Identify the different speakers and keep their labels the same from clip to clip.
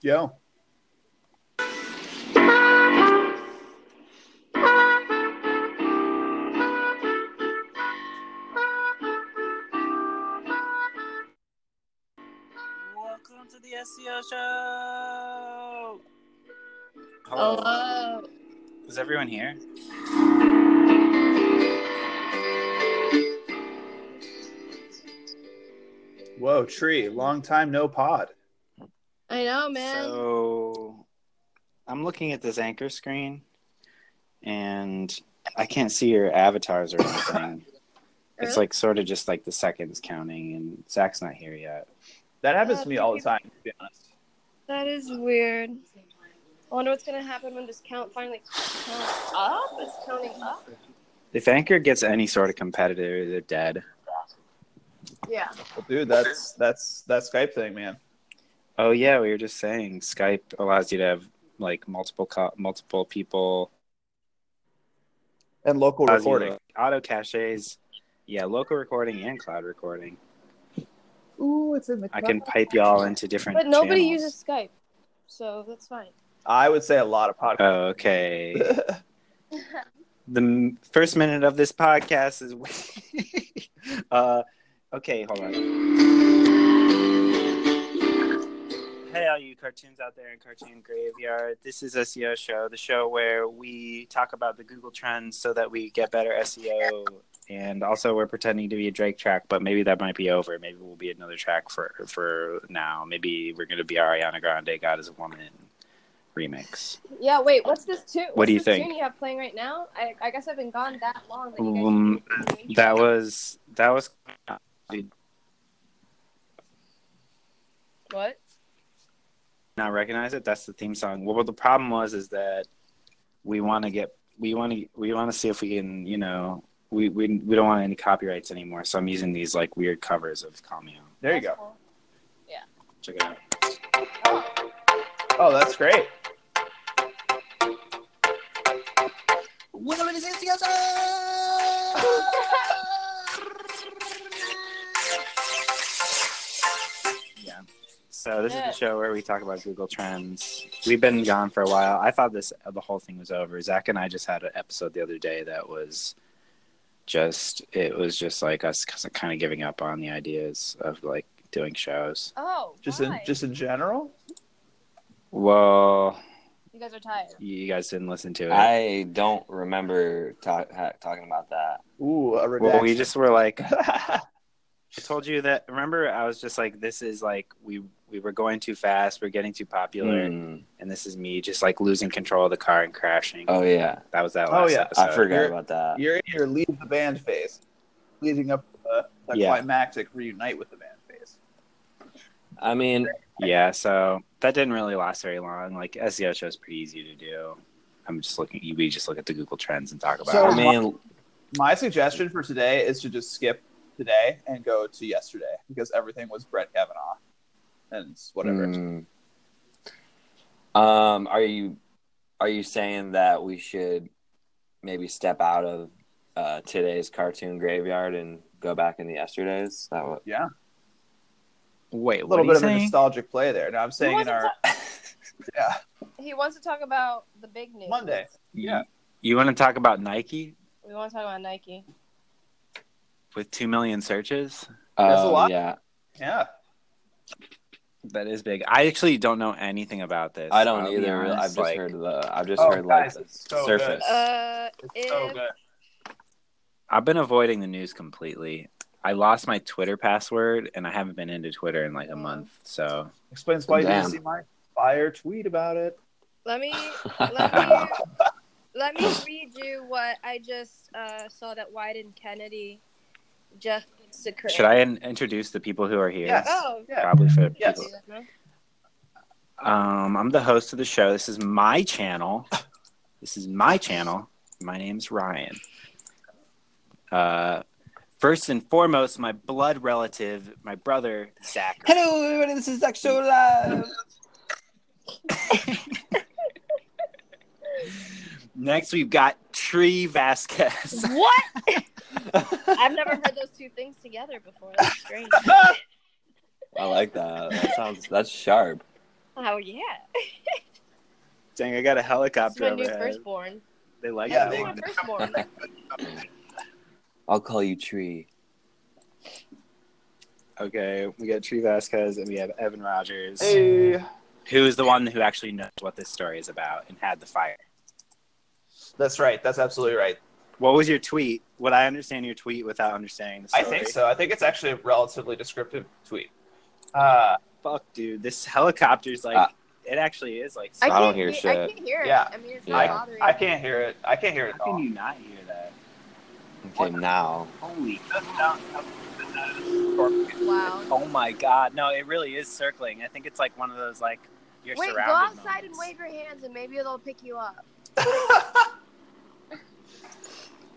Speaker 1: Yeah.
Speaker 2: Welcome to the SEO show. Hello.
Speaker 3: Hello.
Speaker 2: Is everyone here?
Speaker 1: Whoa, tree. Long time no pod.
Speaker 3: I know, man.
Speaker 2: So I'm looking at this anchor screen and I can't see your avatars or anything. it's
Speaker 3: Really?
Speaker 2: like sort of just like the seconds counting and Zach's not here yet.
Speaker 4: That happens to me all the time, to be honest.
Speaker 3: that is weird. I wonder what's gonna happen when this count finally counts up. It's counting up.
Speaker 2: If Anchor gets any sort of competitor, they're dead.
Speaker 3: Yeah.
Speaker 4: Well, dude, that's that's that Skype thing, man.
Speaker 2: Oh yeah, we were just saying Skype allows you to have like multiple co- multiple people
Speaker 4: And local
Speaker 2: allows you, uh,
Speaker 4: recording.
Speaker 2: like, auto caches. Yeah, local recording and cloud recording.
Speaker 4: Ooh, it's in the.
Speaker 2: I can pipe y'all into different.
Speaker 3: But nobody
Speaker 2: channels.
Speaker 3: uses Skype, so that's fine.
Speaker 4: I would say a lot of podcasts.
Speaker 2: Oh, okay. the m- first minute of this podcast is. uh, okay, hold on. Hey, all you cartoons out there in Cartoon Graveyard. This is SEO Show, the show where we talk about the Google trends so that we get better SEO. And also, we're pretending to be a Drake track, but maybe that might be over. Maybe we'll be another track for for now. Maybe we're going to be Ariana Grande, God is a Woman remix.
Speaker 3: Yeah. Wait. What's this tune?
Speaker 2: What do you
Speaker 3: what's this
Speaker 2: think?
Speaker 3: Tune you have playing right now? I, I guess I've been gone that long. That you guys
Speaker 2: Um,
Speaker 3: can't hear me.
Speaker 2: That was that was
Speaker 3: what?
Speaker 2: not recognize it. That's the theme song. Well, the problem was is that we want to get we want to we want to see if we can you know we we we don't want any copyrights anymore. So I'm using these like weird covers of Call Me Home.
Speaker 4: there you go.
Speaker 3: That's cool.
Speaker 2: Check it out.
Speaker 4: Oh, that's great.
Speaker 2: Welcome to Yeah. So this is the show where we talk about Google Trends. We've been gone for a while. I thought this the whole thing was over. Zach and I just had an episode the other day that was just it was just like us kind of giving up on the ideas of like doing shows.
Speaker 3: Oh.
Speaker 4: Just
Speaker 3: why?
Speaker 4: in just in general.
Speaker 2: Well,
Speaker 3: You guys are tired.
Speaker 2: you guys didn't listen to it.
Speaker 5: I don't remember ta- ha- talking about that.
Speaker 4: Ooh, a redaction.
Speaker 2: well, we just were like,
Speaker 4: just.
Speaker 2: I told you that. Remember, I was just like, "This is like we we were going too fast. We're getting too popular,
Speaker 5: Mm.
Speaker 2: and this is me just like losing control of the car and crashing."
Speaker 5: Oh yeah,
Speaker 2: That was that
Speaker 4: Oh,
Speaker 2: last
Speaker 4: yeah.
Speaker 2: episode.
Speaker 5: I forgot
Speaker 4: you're-
Speaker 5: about that.
Speaker 4: You're in your leave the band phase, leading up to the, the
Speaker 2: Yeah.
Speaker 4: climactic reunite with the band phase.
Speaker 5: I mean,
Speaker 2: Yeah, so that didn't really last very long. Like SEO show is pretty easy to do. I'm just looking. We just look at the Google Trends and talk about.
Speaker 4: So-
Speaker 5: I
Speaker 2: it.
Speaker 5: mean,
Speaker 4: My suggestion for today is to just skip today and go to yesterday because everything was Brett Kavanaugh and whatever.
Speaker 2: Hmm.
Speaker 5: mm. Um, are you are you saying that we should maybe step out of uh, today's cartoon graveyard and go back into yesterday's? That what?
Speaker 2: Wait,
Speaker 4: A little bit of
Speaker 2: what are you
Speaker 4: a
Speaker 2: saying?
Speaker 4: nostalgic play there. Now I'm saying in
Speaker 3: wasn't
Speaker 4: our yeah
Speaker 3: He wants to talk about the big news.
Speaker 4: Monday. Yeah.
Speaker 2: You want to talk about Nike
Speaker 3: We want to talk about Nike.
Speaker 2: with two million searches?
Speaker 4: That's a
Speaker 5: Um,
Speaker 4: lot.
Speaker 5: Yeah,
Speaker 4: Yeah.
Speaker 2: That is big. I actually don't know anything about this.
Speaker 5: I don't
Speaker 2: I'll be
Speaker 5: either. really.
Speaker 2: honest,
Speaker 5: I've just
Speaker 2: like-
Speaker 5: heard the. I've just
Speaker 4: Oh,
Speaker 5: heard
Speaker 4: guys,
Speaker 5: like
Speaker 4: it's so
Speaker 5: surface.
Speaker 3: Uh,
Speaker 4: It's so
Speaker 3: if-
Speaker 4: good.
Speaker 2: I've been avoiding the news completely. I lost my Twitter password and I haven't been into Twitter in like
Speaker 4: Oh,
Speaker 2: a month. So
Speaker 4: Explains why you
Speaker 5: Damn.
Speaker 4: didn't see my fire tweet about it.
Speaker 3: let me let me let me read you what I just uh, saw that Wyden Kennedy just secured.
Speaker 2: should I in- introduce the people who are here?
Speaker 4: Yes.
Speaker 3: Oh,
Speaker 4: Yeah.
Speaker 2: Probably for
Speaker 4: Yes.
Speaker 2: people. Um, I'm the host of the show. This is my channel. This is my channel. My name's Ryan. Uh, first and foremost, my blood relative, my brother Zach.
Speaker 5: Hello, everybody. This is Zach Show Live.
Speaker 2: Next, we've got Tree Vasquez.
Speaker 3: What? I've never heard those two things
Speaker 4: Oh,
Speaker 3: together before. That's strange.
Speaker 5: I like that. That sounds. That's sharp.
Speaker 3: Oh yeah,
Speaker 2: Dang, I got a
Speaker 3: it's
Speaker 2: helicopter
Speaker 3: my new
Speaker 2: overhead.
Speaker 3: firstborn.
Speaker 2: They like
Speaker 4: Yeah,
Speaker 2: that
Speaker 4: they-
Speaker 3: It's
Speaker 2: one.
Speaker 3: my firstborn.
Speaker 5: I'll call you Tree.
Speaker 2: Okay, we got Tree Vasquez and we have Evan Rogers,
Speaker 4: Hey,
Speaker 2: who is the one who actually knows what this story is about and had the fire.
Speaker 4: that's right. That's absolutely right.
Speaker 2: What was your tweet? Would I understand your tweet without understanding the
Speaker 4: I
Speaker 2: story?
Speaker 4: think so. I think it's actually a relatively descriptive tweet. Uh,
Speaker 2: Fuck, dude, this helicopter's like
Speaker 5: Ah.
Speaker 2: it actually is like.
Speaker 5: I
Speaker 2: how
Speaker 5: don't hear
Speaker 3: he- I
Speaker 5: shit.
Speaker 3: can't hear it.
Speaker 4: Yeah.
Speaker 3: I mean, it's
Speaker 5: Yeah.
Speaker 3: not bothering
Speaker 4: I
Speaker 3: me.
Speaker 4: can't hear it. I can't hear it at
Speaker 2: can
Speaker 4: all.
Speaker 2: you not hear that?
Speaker 5: Okay, now.
Speaker 2: Holy,
Speaker 3: Wow.
Speaker 2: oh my god! No, it really is circling. I think it's like one of those like you're
Speaker 3: Wait, go
Speaker 2: surrounded.
Speaker 3: outside and
Speaker 2: moments.
Speaker 3: wave your hands, and maybe they'll pick you up.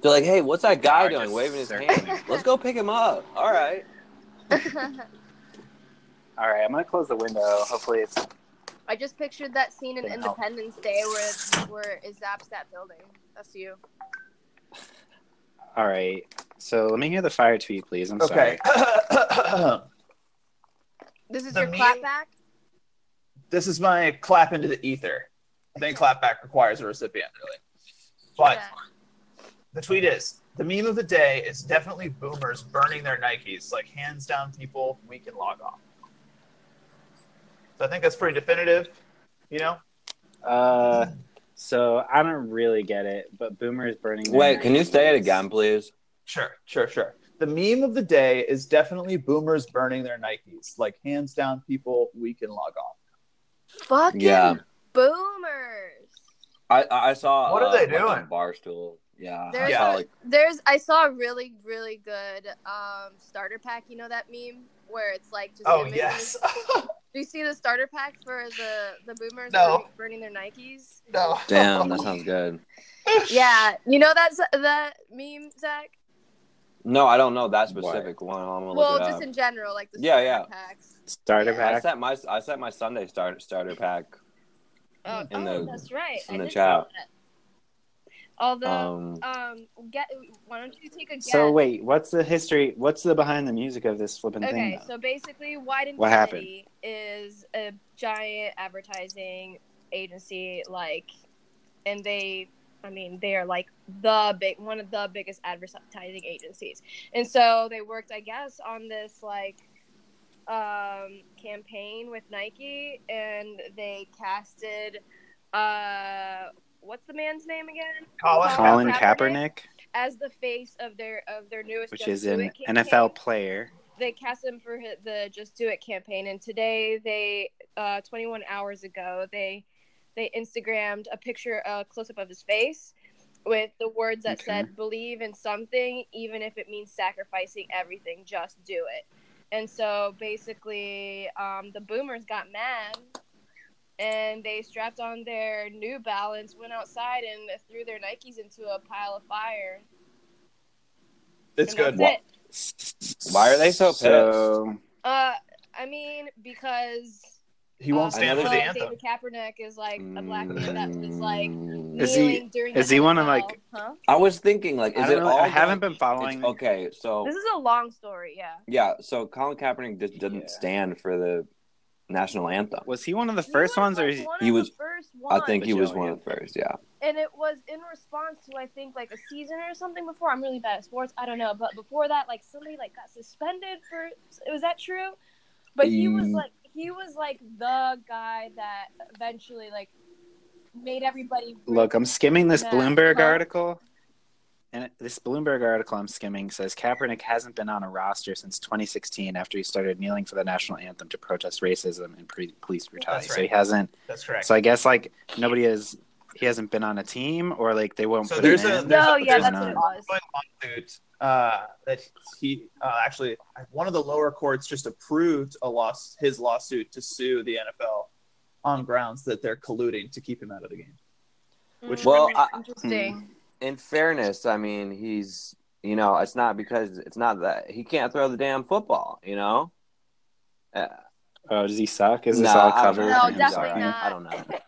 Speaker 5: They're like, hey, what's that guy
Speaker 2: Car
Speaker 5: doing?
Speaker 2: just
Speaker 5: Waving his
Speaker 2: circling.
Speaker 5: hand. Let's go pick him up. All right.
Speaker 2: All right, I'm gonna close the window. Hopefully, it's
Speaker 3: I just pictured that scene in
Speaker 2: Didn't help.
Speaker 3: Independence Day where it's, where it zaps that building. That's you.
Speaker 2: all right. So let me hear the fire tweet, please. I'm
Speaker 4: okay.
Speaker 2: sorry.
Speaker 3: This is
Speaker 4: The
Speaker 3: your
Speaker 4: meme-
Speaker 3: clapback.
Speaker 4: this is my clap into the ether. I think clap back requires a recipient, really. But
Speaker 3: Yeah.
Speaker 4: the tweet is the meme of the day is definitely boomers burning their Nikes. Like hands down, people, we can log off. So I think that's pretty definitive. You know,
Speaker 2: Uh, so I don't really get it, but Boomer is burning. their
Speaker 5: Wait, can you say it
Speaker 2: Nikes.
Speaker 5: again, please?
Speaker 4: Sure, sure, sure. The meme of the day is definitely boomers burning their Nikes. Like hands down, people, we can log off.
Speaker 3: Fucking
Speaker 5: Yeah.
Speaker 3: boomers.
Speaker 5: I I I saw. uh,
Speaker 4: What are they
Speaker 5: like, a
Speaker 4: doing?
Speaker 5: bar stool. Yeah.
Speaker 3: There's
Speaker 5: I saw,
Speaker 4: a-
Speaker 5: like,
Speaker 3: There's I saw a really really good um, starter pack. You know that meme where it's like just
Speaker 4: Oh
Speaker 3: images?
Speaker 4: yes,
Speaker 3: Do you see the starter pack for the the boomers
Speaker 4: No.
Speaker 3: burning- burning their Nikes?
Speaker 4: no.
Speaker 5: damn, that sounds good.
Speaker 3: Yeah, you know that's that meme, Zach.
Speaker 5: No, I don't know
Speaker 2: What?
Speaker 5: that specific one. I'm gonna
Speaker 3: Well,
Speaker 5: look it
Speaker 3: just
Speaker 5: up.
Speaker 3: in general, like the
Speaker 5: Yeah,
Speaker 3: starter
Speaker 5: yeah.
Speaker 3: packs.
Speaker 2: starter
Speaker 5: I
Speaker 2: pack?
Speaker 5: sent my I sent my Sunday start, starter pack.
Speaker 3: Oh,
Speaker 5: In
Speaker 3: oh,
Speaker 5: the-
Speaker 3: that's right.
Speaker 5: in the
Speaker 3: did see
Speaker 5: chat.
Speaker 3: that. Although,
Speaker 5: Um,
Speaker 3: um, get why don't you take a guess?
Speaker 2: So wait, what's the history? What's the behind the music of this flipping thing?
Speaker 3: Okay,
Speaker 2: though?
Speaker 3: so basically, Wyden
Speaker 2: What
Speaker 3: Kennedy is a giant advertising agency, like, and they, I mean, they are like the big one of the biggest advertising agencies, and so they worked, I guess, on this like um, campaign with Nike, and they casted, uh, what's the man's name again?
Speaker 4: Colin
Speaker 2: Colin
Speaker 3: Kaepernick?
Speaker 2: Kaepernick,
Speaker 3: As the face of their of their newest,
Speaker 2: which
Speaker 3: Just
Speaker 2: is
Speaker 3: Do
Speaker 2: an
Speaker 3: It campaign
Speaker 2: NFL player.
Speaker 3: they cast him for hi- the Just Do It campaign, and today they, uh, 21 hours ago, they they Instagrammed a picture, a close up of his face, with the words that
Speaker 2: Okay.
Speaker 3: said "Believe in something, even if it means sacrificing everything. Just do it." And so basically, um, the Boomers got mad, and they strapped on their New Balance, went outside, and threw their Nikes into a pile of fire.
Speaker 4: It's
Speaker 3: And that's
Speaker 4: good.
Speaker 5: Wha-
Speaker 3: it.
Speaker 5: Why are they so
Speaker 2: So,
Speaker 3: Uh, I mean, because
Speaker 4: He won't
Speaker 3: Uh,
Speaker 4: stand for
Speaker 3: well,
Speaker 4: the anthem.
Speaker 3: David Kaepernick is like a black man that was like
Speaker 5: Mm.
Speaker 2: Is he-
Speaker 3: kneeling during.
Speaker 2: is
Speaker 3: the
Speaker 2: he one of,
Speaker 3: NFL,
Speaker 2: like-
Speaker 3: Huh?
Speaker 5: I was thinking, like,
Speaker 2: I,
Speaker 5: is
Speaker 2: don't
Speaker 5: it
Speaker 2: know,
Speaker 5: all?
Speaker 2: I haven't
Speaker 5: like-
Speaker 2: been following.
Speaker 5: it's- Okay, so
Speaker 3: This is a long story. Yeah.
Speaker 5: yeah, so Colin Kaepernick just didn't
Speaker 2: Yeah.
Speaker 5: stand for the national anthem.
Speaker 2: Was he one of the first ones, or is
Speaker 3: he,
Speaker 2: he,
Speaker 3: one
Speaker 5: he
Speaker 3: of
Speaker 5: was-
Speaker 3: The first
Speaker 5: I
Speaker 3: one.
Speaker 5: think he
Speaker 2: The
Speaker 5: was
Speaker 2: Joey
Speaker 5: one of the first. Yeah,
Speaker 3: And it was in response to I think like a season or something before. I'm really bad at sports. I don't know, but before that, like somebody like got suspended for. Was that true? But he was
Speaker 5: Mm.
Speaker 3: like he was like the guy that eventually like made everybody
Speaker 2: Look, I'm skimming this
Speaker 3: Yeah.
Speaker 2: Bloomberg
Speaker 3: Huh?
Speaker 2: article, and it- this Bloomberg article I'm skimming says Kaepernick hasn't been on a roster since 2016 after he started kneeling for the national anthem to protest racism and pre- police brutality.
Speaker 4: That's
Speaker 2: So he
Speaker 4: right.
Speaker 2: hasn't.
Speaker 4: That's correct.
Speaker 2: So I guess like nobody is. He hasn't been on a team, or like they won't.
Speaker 4: So
Speaker 2: put
Speaker 4: there's
Speaker 2: him
Speaker 4: a-
Speaker 2: in.
Speaker 4: there's
Speaker 3: No,
Speaker 4: a-
Speaker 3: yeah,
Speaker 2: there's
Speaker 3: that's
Speaker 2: an
Speaker 3: what it was.
Speaker 4: ongoing lawsuit uh, that he uh, actually one of the lower courts just approved a loss his lawsuit to sue the NFL on grounds that they're colluding to keep him out of the game.
Speaker 5: Which- Well, I-
Speaker 3: interesting.
Speaker 5: in fairness, I mean, he's you know, it's not because it's not that he can't throw the damn football. You know, uh,
Speaker 2: Oh, does he suck? Is this
Speaker 5: Nah,
Speaker 2: all
Speaker 5: I don't
Speaker 2: covered?
Speaker 5: know.
Speaker 3: No,
Speaker 2: I'm
Speaker 3: definitely
Speaker 2: sorry.
Speaker 3: not.
Speaker 5: I don't know,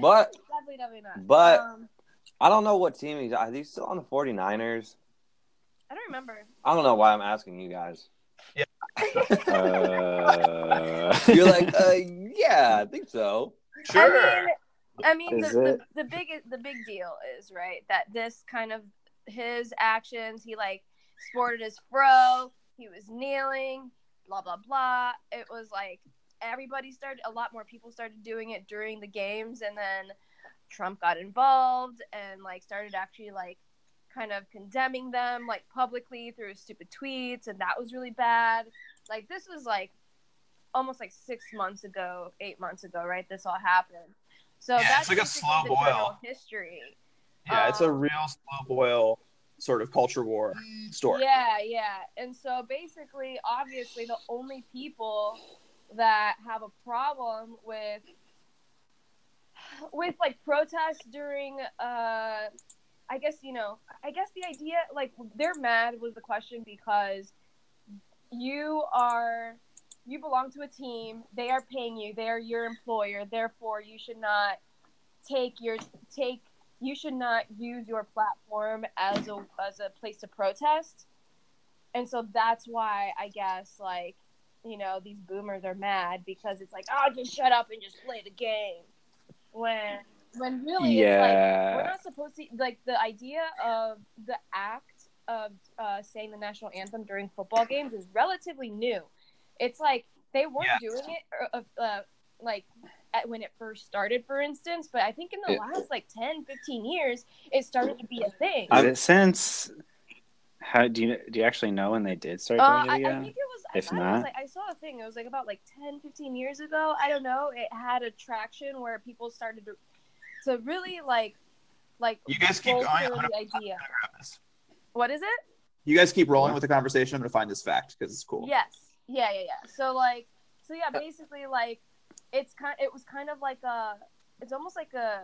Speaker 5: but
Speaker 3: Definitely, definitely not.
Speaker 5: But-
Speaker 3: um,
Speaker 5: I don't know what team he's. Are he still on the 49ers?
Speaker 3: I don't remember.
Speaker 5: I don't know why I'm asking you guys.
Speaker 2: Uh,
Speaker 5: You're like, uh, yeah, Yeah, I think so.
Speaker 4: Sure.
Speaker 3: I mean, I mean the,
Speaker 2: Is
Speaker 3: the,
Speaker 2: it-
Speaker 3: the big the big deal is right that this kind of his actions he like sported his fro he was kneeling blah blah blah it was like everybody started a lot more people started doing it during the games and then Trump got involved and like started actually like kind of condemning them like publicly through stupid tweets and that was really bad like this was like almost like six months ago eight months ago right this all happened so
Speaker 4: Yeah,
Speaker 3: that's
Speaker 4: it's like a
Speaker 3: basically
Speaker 4: slow
Speaker 3: the
Speaker 4: boil.
Speaker 3: general history
Speaker 4: Yeah, it's a
Speaker 3: um,
Speaker 4: real slow boil sort of culture war story.
Speaker 3: Yeah, yeah. And so basically, obviously, the only people that have a problem with with like protests during uh I guess you know, I guess the idea like they're mad was the question because you are you belong to a team, they are paying you, they are your employer, therefore you should not take your take you should not use your platform as a as a place to protest. And so that's why I guess like you know these boomers are mad because it's like oh just shut up and just play the game when when really it's like we're
Speaker 5: yeah.
Speaker 3: not supposed to like the idea of the act of uh, saying the national anthem during football games is relatively new. It's like they weren't
Speaker 4: Yeah.
Speaker 3: doing it uh, uh, like at, when it first started, for instance. But I think in the
Speaker 5: It-
Speaker 3: last like 10, 15 years, it started to be a thing.
Speaker 2: Is it since? How do you do? You actually know when they did start
Speaker 3: Uh,
Speaker 2: going
Speaker 3: I,
Speaker 2: to the?
Speaker 3: I
Speaker 2: uh,
Speaker 3: think it was. I
Speaker 2: If
Speaker 3: thought it
Speaker 2: not-
Speaker 3: was like I saw a thing. It was like about like 10, 15 years ago. I don't know. It had a traction where people started to, to really like, like.
Speaker 4: You guys keep
Speaker 3: roll
Speaker 4: going. I'm
Speaker 3: through
Speaker 4: gonna-
Speaker 3: the idea.
Speaker 4: Grab this.
Speaker 3: What is it?
Speaker 4: You guys keep rolling with the conversation. I'm going to find this fact because it's cool.
Speaker 3: Yes. Yeah, yeah, yeah. So like, so
Speaker 2: Uh,
Speaker 3: yeah, basically like, it's kind. It was kind of like a. It's almost like a.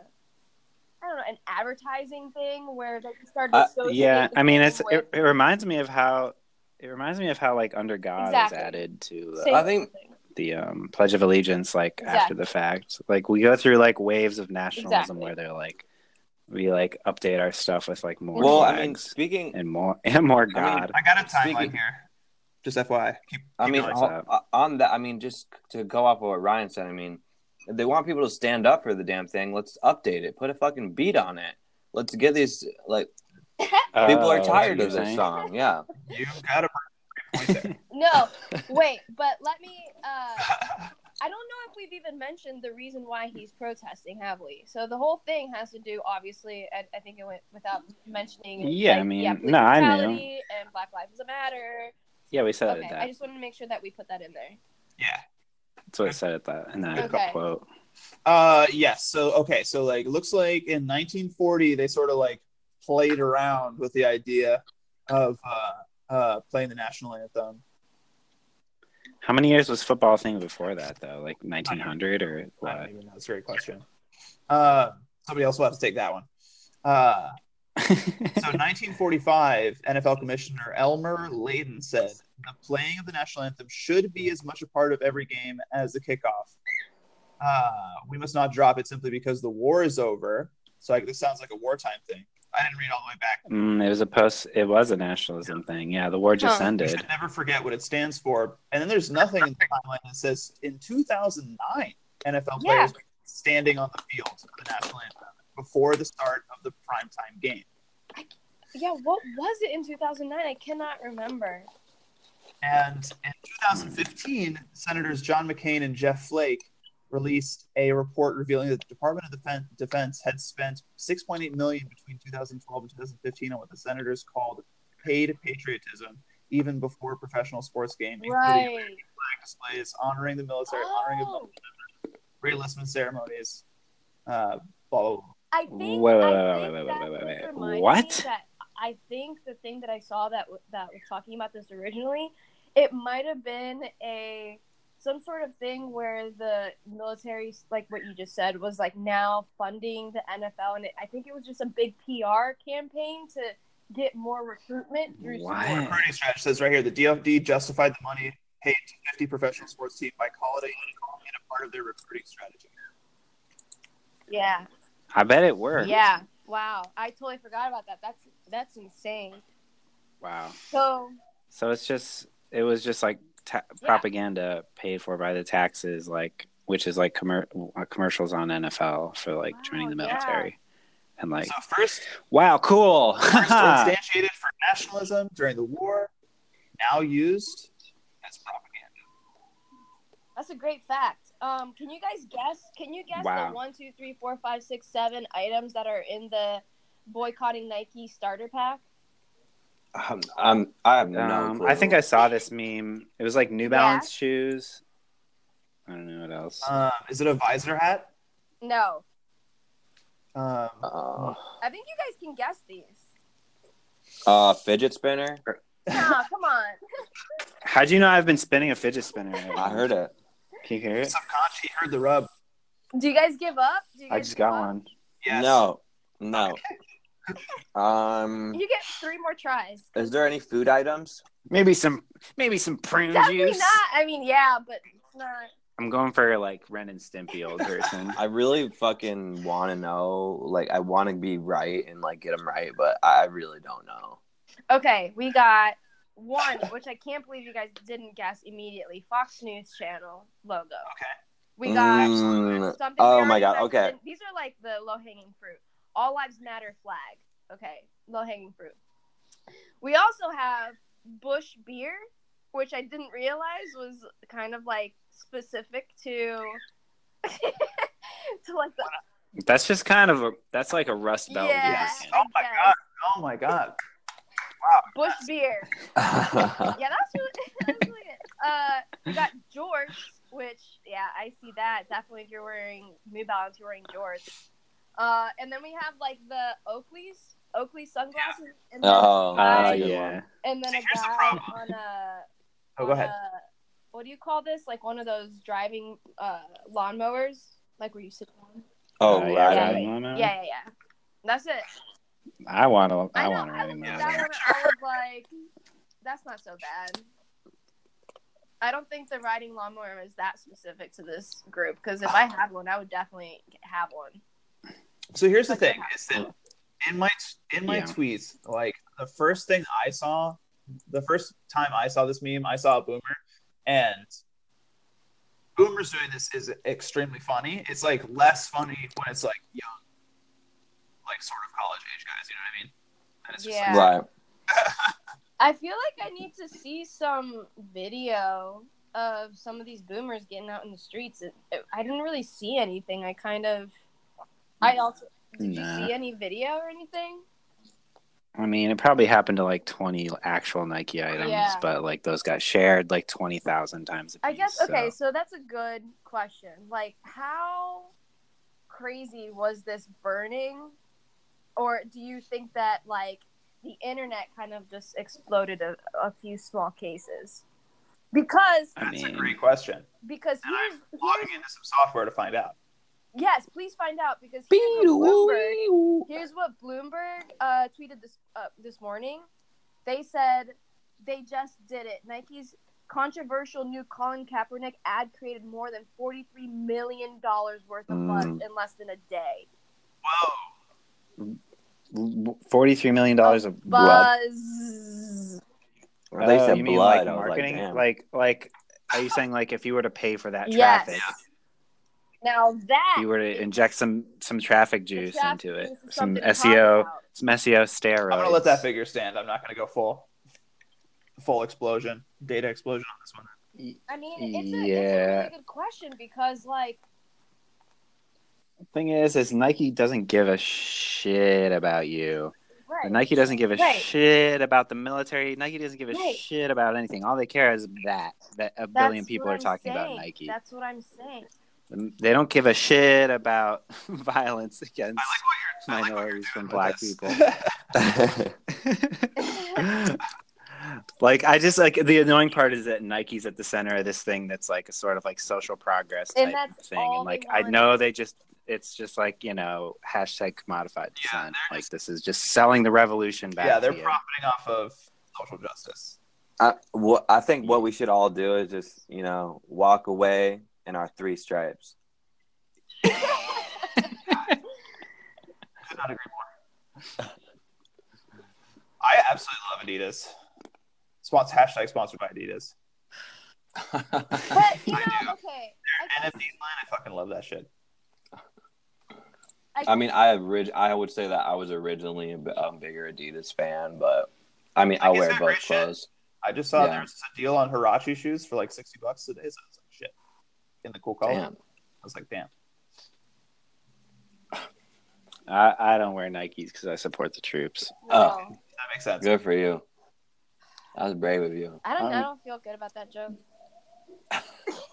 Speaker 3: I don't know, an advertising thing where they started.
Speaker 5: Uh,
Speaker 3: associating
Speaker 2: yeah,
Speaker 3: the
Speaker 2: I mean,
Speaker 3: game
Speaker 2: it's
Speaker 3: with-
Speaker 2: it, it reminds me of how it reminds me of how like under God
Speaker 3: Exactly.
Speaker 2: is added to uh,
Speaker 3: same
Speaker 5: I think-
Speaker 3: thing.
Speaker 2: the um, Pledge of Allegiance, like after
Speaker 3: Exactly.
Speaker 2: the fact. Like we go through like waves of nationalism
Speaker 3: Exactly.
Speaker 2: where they're like we like update our stuff with like more
Speaker 5: Well, I mean,
Speaker 2: flags
Speaker 5: speaking
Speaker 2: and more and more
Speaker 5: I mean,
Speaker 2: God.
Speaker 4: I got a timeline
Speaker 5: Speaking-
Speaker 4: here. Just FYI. Keep,
Speaker 5: I
Speaker 4: keep
Speaker 5: mean,
Speaker 4: going.
Speaker 2: it's
Speaker 5: on, uh, on that, I mean, just to go off of what Ryan said, I mean, if they want people to stand up for the damn thing, let's update it. Put a fucking beat on it. Let's get these, like, people are
Speaker 2: Oh,
Speaker 5: tired
Speaker 2: that's
Speaker 5: of
Speaker 2: what you're
Speaker 5: this
Speaker 2: saying.
Speaker 5: Uh, song. Yeah.
Speaker 4: you got a point there.
Speaker 3: No, wait, but let me. Uh, I don't know if we've even mentioned the reason why he's protesting, have we? So the whole thing has to do, obviously. I, I think it went without mentioning.
Speaker 2: Yeah, I
Speaker 3: like,
Speaker 2: mean,
Speaker 3: police
Speaker 2: no, I knew.
Speaker 3: brutality and Black Lives Matter.
Speaker 2: Yeah, we said it
Speaker 3: Okay,
Speaker 2: at that.
Speaker 3: I just wanted to make sure that we put that in there.
Speaker 4: yeah.
Speaker 2: That's what I said at that and that
Speaker 3: Okay.
Speaker 2: quote.
Speaker 4: Uh, yes. So okay. So like, looks like in 1940 they sort of like played around with the idea of uh, uh, playing the national anthem.
Speaker 2: How many years was football a thing before that though? Like 1900 or
Speaker 4: I don't
Speaker 2: what?
Speaker 4: even know. That's a great question. Uh, somebody else will have to take that one. Uh, so 1945, NFL Commissioner Elmer Layden said the playing of the national anthem should be as much a part of every game as the kickoff. Uh, we must not drop it simply because the war is over. So like, this sounds like a wartime thing. I didn't read all the way back.
Speaker 2: Mm, it was a post. It was a nationalism thing. Yeah, the war just
Speaker 3: Huh.
Speaker 2: ended.
Speaker 4: We should never forget what it stands for. And then there's nothing in the timeline that says in 2009, NFL
Speaker 3: Yeah.
Speaker 4: players were standing on the field for the national anthem before the start of the primetime game.
Speaker 3: Yeah, what was it in 2009? I cannot remember.
Speaker 4: And in 2015, Senators John McCain and Jeff Flake released a report revealing that the Department of Defen- Defense had spent 6.8 million between 2012 and 2015 on what the senators called paid patriotism, even before professional sports game, including
Speaker 3: Right.
Speaker 4: flag displays, honoring the military, honoring the
Speaker 3: Oh,
Speaker 4: reenlistment ceremonies. Uh, blah, blah, blah.
Speaker 3: I think.
Speaker 2: Wait, wait,
Speaker 3: I
Speaker 2: wait, wait, wait, wait,
Speaker 3: think that
Speaker 2: wait,
Speaker 3: just
Speaker 2: wait.
Speaker 3: reminded me
Speaker 2: What?
Speaker 3: that- I think the thing that I saw that w- that was talking about this originally, it might have been a some sort of thing where the military, like what you just said, was like now funding the NFL, and it, I think it was just a big PR campaign to get more recruitment through
Speaker 2: What?
Speaker 3: sports.
Speaker 4: Recruiting strategy says right here the DFD justified the money paid to 50 professional sports teams by calling it calling it a part of their recruiting strategy.
Speaker 3: Yeah,
Speaker 2: I bet it worked.
Speaker 3: yeah. Wow, I totally forgot about that. That's that's insane.
Speaker 2: Wow.
Speaker 3: So
Speaker 2: So it's just it was just like ta-
Speaker 3: Yeah.
Speaker 2: propaganda paid for by the taxes, like which is like commer- uh, commercials on NFL for like joining
Speaker 3: Wow,
Speaker 2: the
Speaker 3: yeah.
Speaker 2: military. And like,
Speaker 4: So first,
Speaker 2: wow, cool. Um,
Speaker 4: first instantiated for nationalism during the war, now used as propaganda.
Speaker 3: That's a great fact. Um, can you guys guess? Can you guess
Speaker 2: Wow.
Speaker 3: the one, two, three, four, five, six, seven items that are in the boycotting Nike starter pack?
Speaker 5: Um, I'm, I have no
Speaker 2: Um,
Speaker 5: clue.
Speaker 2: I think I saw this meme. It was like New
Speaker 3: Yeah.
Speaker 2: Balance shoes. I don't know what else.
Speaker 4: Um, is it a visor hat?
Speaker 3: No,
Speaker 4: Um,
Speaker 5: Uh,
Speaker 3: I think you guys can guess these.
Speaker 5: uh, fidget spinner.
Speaker 3: Nah, come on.
Speaker 2: How do you know I've been spinning a fidget spinner?
Speaker 5: I heard it.
Speaker 2: Can you hear it?
Speaker 4: subconscious he heard the rub.
Speaker 3: Do you guys give up? Do you
Speaker 2: I
Speaker 3: guys
Speaker 2: just
Speaker 3: give
Speaker 2: got
Speaker 3: up?
Speaker 2: one.
Speaker 4: Yes.
Speaker 5: No, no. um,
Speaker 3: You get three more tries.
Speaker 5: is there any food items?
Speaker 2: Maybe some, maybe some prune
Speaker 3: Definitely
Speaker 2: juice.
Speaker 3: not. I mean, yeah, but it's not.
Speaker 2: I'm going for like Ren and Stimpy old person.
Speaker 5: I really fucking want to know. Like, I want to be right and like get them right, but I really don't know.
Speaker 3: Okay, we got one, which I can't believe you guys didn't guess immediately. Fox News Channel logo.
Speaker 4: Okay.
Speaker 3: We got
Speaker 5: Mm,
Speaker 3: something. we
Speaker 5: oh my
Speaker 3: already
Speaker 5: god.
Speaker 3: guys
Speaker 5: Okay.
Speaker 3: didn't- These are like the low hanging fruit. All Lives Matter flag. Okay, low hanging fruit. We also have Bush beer, which I didn't realize was kind of like specific to to like the
Speaker 2: That's just kind of a. That's like a Rust Belt.
Speaker 3: Yeah.
Speaker 4: Yes.
Speaker 2: weekend.
Speaker 4: Oh my
Speaker 3: Yes.
Speaker 4: god. Oh my god.
Speaker 3: Bush beer. yeah, that's really, that's really good. Uh, we got jorts, which yeah, I see that definitely. If you're wearing New Balance, you're wearing jorts. Uh, and then we have like the Oakley's Oakley sunglasses, and then,
Speaker 5: oh,
Speaker 2: Uh,
Speaker 5: that's a good
Speaker 2: yeah.
Speaker 5: one.
Speaker 3: and then a
Speaker 4: See, here's the
Speaker 3: guy
Speaker 4: problem.
Speaker 3: on a
Speaker 4: Oh, go
Speaker 3: on
Speaker 4: ahead.
Speaker 3: a- what do you call this? Like one of those driving uh lawnmowers, like where you sit down.
Speaker 5: Oh,
Speaker 2: Uh,
Speaker 5: right.
Speaker 2: yeah,
Speaker 3: yeah,
Speaker 2: riding
Speaker 4: Uh-huh.
Speaker 2: lawnmower?
Speaker 3: Yeah, yeah, yeah. That's it.
Speaker 2: I want to. I,
Speaker 3: know,
Speaker 2: want to
Speaker 3: I
Speaker 2: riding
Speaker 3: looked
Speaker 2: mower.
Speaker 3: at that one. I was like, that's not so bad. I don't think the riding lawnmower is that specific to this group because if I had one, I would definitely have one.
Speaker 4: So here's the thing: is that in my in my
Speaker 2: Yeah.
Speaker 4: tweets, like the first thing I saw, the first time I saw this meme, I saw a boomer, and boomers doing this is extremely funny. It's like less funny when it's like young, like sort of college age guys. You know what I mean? And it's just
Speaker 3: Yeah.
Speaker 5: Right.
Speaker 3: I feel like I need to see some video of some of these boomers getting out in the streets. It- it- I didn't really see anything. I kind of. I also. Did
Speaker 2: Nah.
Speaker 3: you see any video or anything?
Speaker 2: I mean, it probably happened to like 20 actual Nike items,
Speaker 3: Yeah.
Speaker 2: but like those got shared like 20,000 times. A piece,
Speaker 3: I guess okay,
Speaker 2: so-
Speaker 3: so that's a good question. Like how crazy was this burning? Or do you think that like the internet kind of just exploded a, a few small cases? Because
Speaker 2: I
Speaker 4: That's a
Speaker 2: mean,
Speaker 4: great question.
Speaker 3: because
Speaker 4: And
Speaker 3: here's,
Speaker 4: I'm logging
Speaker 3: here's
Speaker 4: into some software to find out.
Speaker 3: yes, please find out because here's what Bloomberg Here's what Bloomberg uh, tweeted this uh, this morning. They said they just did it. Nike's controversial new Colin Kaepernick ad created more than forty three million dollars worth of buzz
Speaker 5: Mm.
Speaker 3: in less than a day.
Speaker 4: Whoa!
Speaker 2: 43 million dollars of blood.
Speaker 3: Buzz.
Speaker 5: They
Speaker 2: Oh,
Speaker 5: said
Speaker 2: you mean,
Speaker 5: blood.
Speaker 2: like
Speaker 5: I was
Speaker 2: marketing?
Speaker 5: Uh, Like, damn.
Speaker 2: like, like, are you saying like if you were to pay for that
Speaker 3: Yes.
Speaker 2: traffic,
Speaker 3: Now that
Speaker 2: you were to inject some some traffic
Speaker 3: the
Speaker 2: juice
Speaker 3: traffic
Speaker 2: into it,
Speaker 3: juice is
Speaker 2: some E
Speaker 3: something to talk
Speaker 2: SEO,
Speaker 3: about.
Speaker 2: some SEO steroids.
Speaker 4: I'm gonna let that figure stand. I'm not gonna go full, full explosion, data explosion on this one.
Speaker 3: I mean, it's a, it's a
Speaker 2: Yeah.
Speaker 3: really good question because like
Speaker 2: Thing is, is Nike doesn't give a shit about you.
Speaker 3: right.
Speaker 2: Nike doesn't give a
Speaker 3: Right.
Speaker 2: shit about the military. Nike doesn't give a
Speaker 3: Right.
Speaker 2: shit about anything. All they care is that that a billion
Speaker 3: That's
Speaker 2: people
Speaker 3: what
Speaker 2: are
Speaker 3: I'm
Speaker 2: talking about
Speaker 3: saying.
Speaker 2: Nike.
Speaker 3: That's what I'm saying.
Speaker 2: They don't give a shit about violence against
Speaker 4: I like what you're I like what
Speaker 2: minorities
Speaker 4: you're
Speaker 2: from
Speaker 4: doing with
Speaker 2: black
Speaker 4: this.
Speaker 2: people. like I just like the annoying part is that Nike's at the center of this thing that's like a sort of like social progress type
Speaker 3: And that's
Speaker 2: thing.
Speaker 3: all
Speaker 2: And
Speaker 3: they
Speaker 2: like I
Speaker 3: want.
Speaker 2: know they just it's just like, you know, hashtag commodified
Speaker 4: Yeah,
Speaker 2: design.
Speaker 4: they're
Speaker 2: like this is just selling the revolution back.
Speaker 4: yeah, they're
Speaker 2: to you.
Speaker 4: profiting off of social justice.
Speaker 5: I, what I think what we should all do is just you know walk away in our three stripes.
Speaker 4: Could not agree more. I absolutely love Adidas. Spons- hashtag sponsored by Adidas.
Speaker 3: But you
Speaker 4: I do.
Speaker 3: know, okay.
Speaker 4: NFT
Speaker 3: I guess-
Speaker 4: line, I
Speaker 5: I mean, I orig- I would say that I was originally a, bi- a bigger Adidas fan, but I mean, I
Speaker 4: Like,
Speaker 5: wear
Speaker 4: isn't it
Speaker 5: both
Speaker 4: rich shit?
Speaker 5: clothes.
Speaker 4: I just saw
Speaker 5: Yeah.
Speaker 4: there was a deal on Hirachi shoes for like sixty bucks today, so I was like, shit. In the cool color,
Speaker 5: Damn,
Speaker 4: I was like, damn.
Speaker 2: I, I don't wear Nikes because I support the troops.
Speaker 5: Oh.
Speaker 3: No.
Speaker 4: That makes sense.
Speaker 5: good for you. That was brave of you.
Speaker 3: I don't. I
Speaker 5: Um,
Speaker 3: don't feel good about that joke.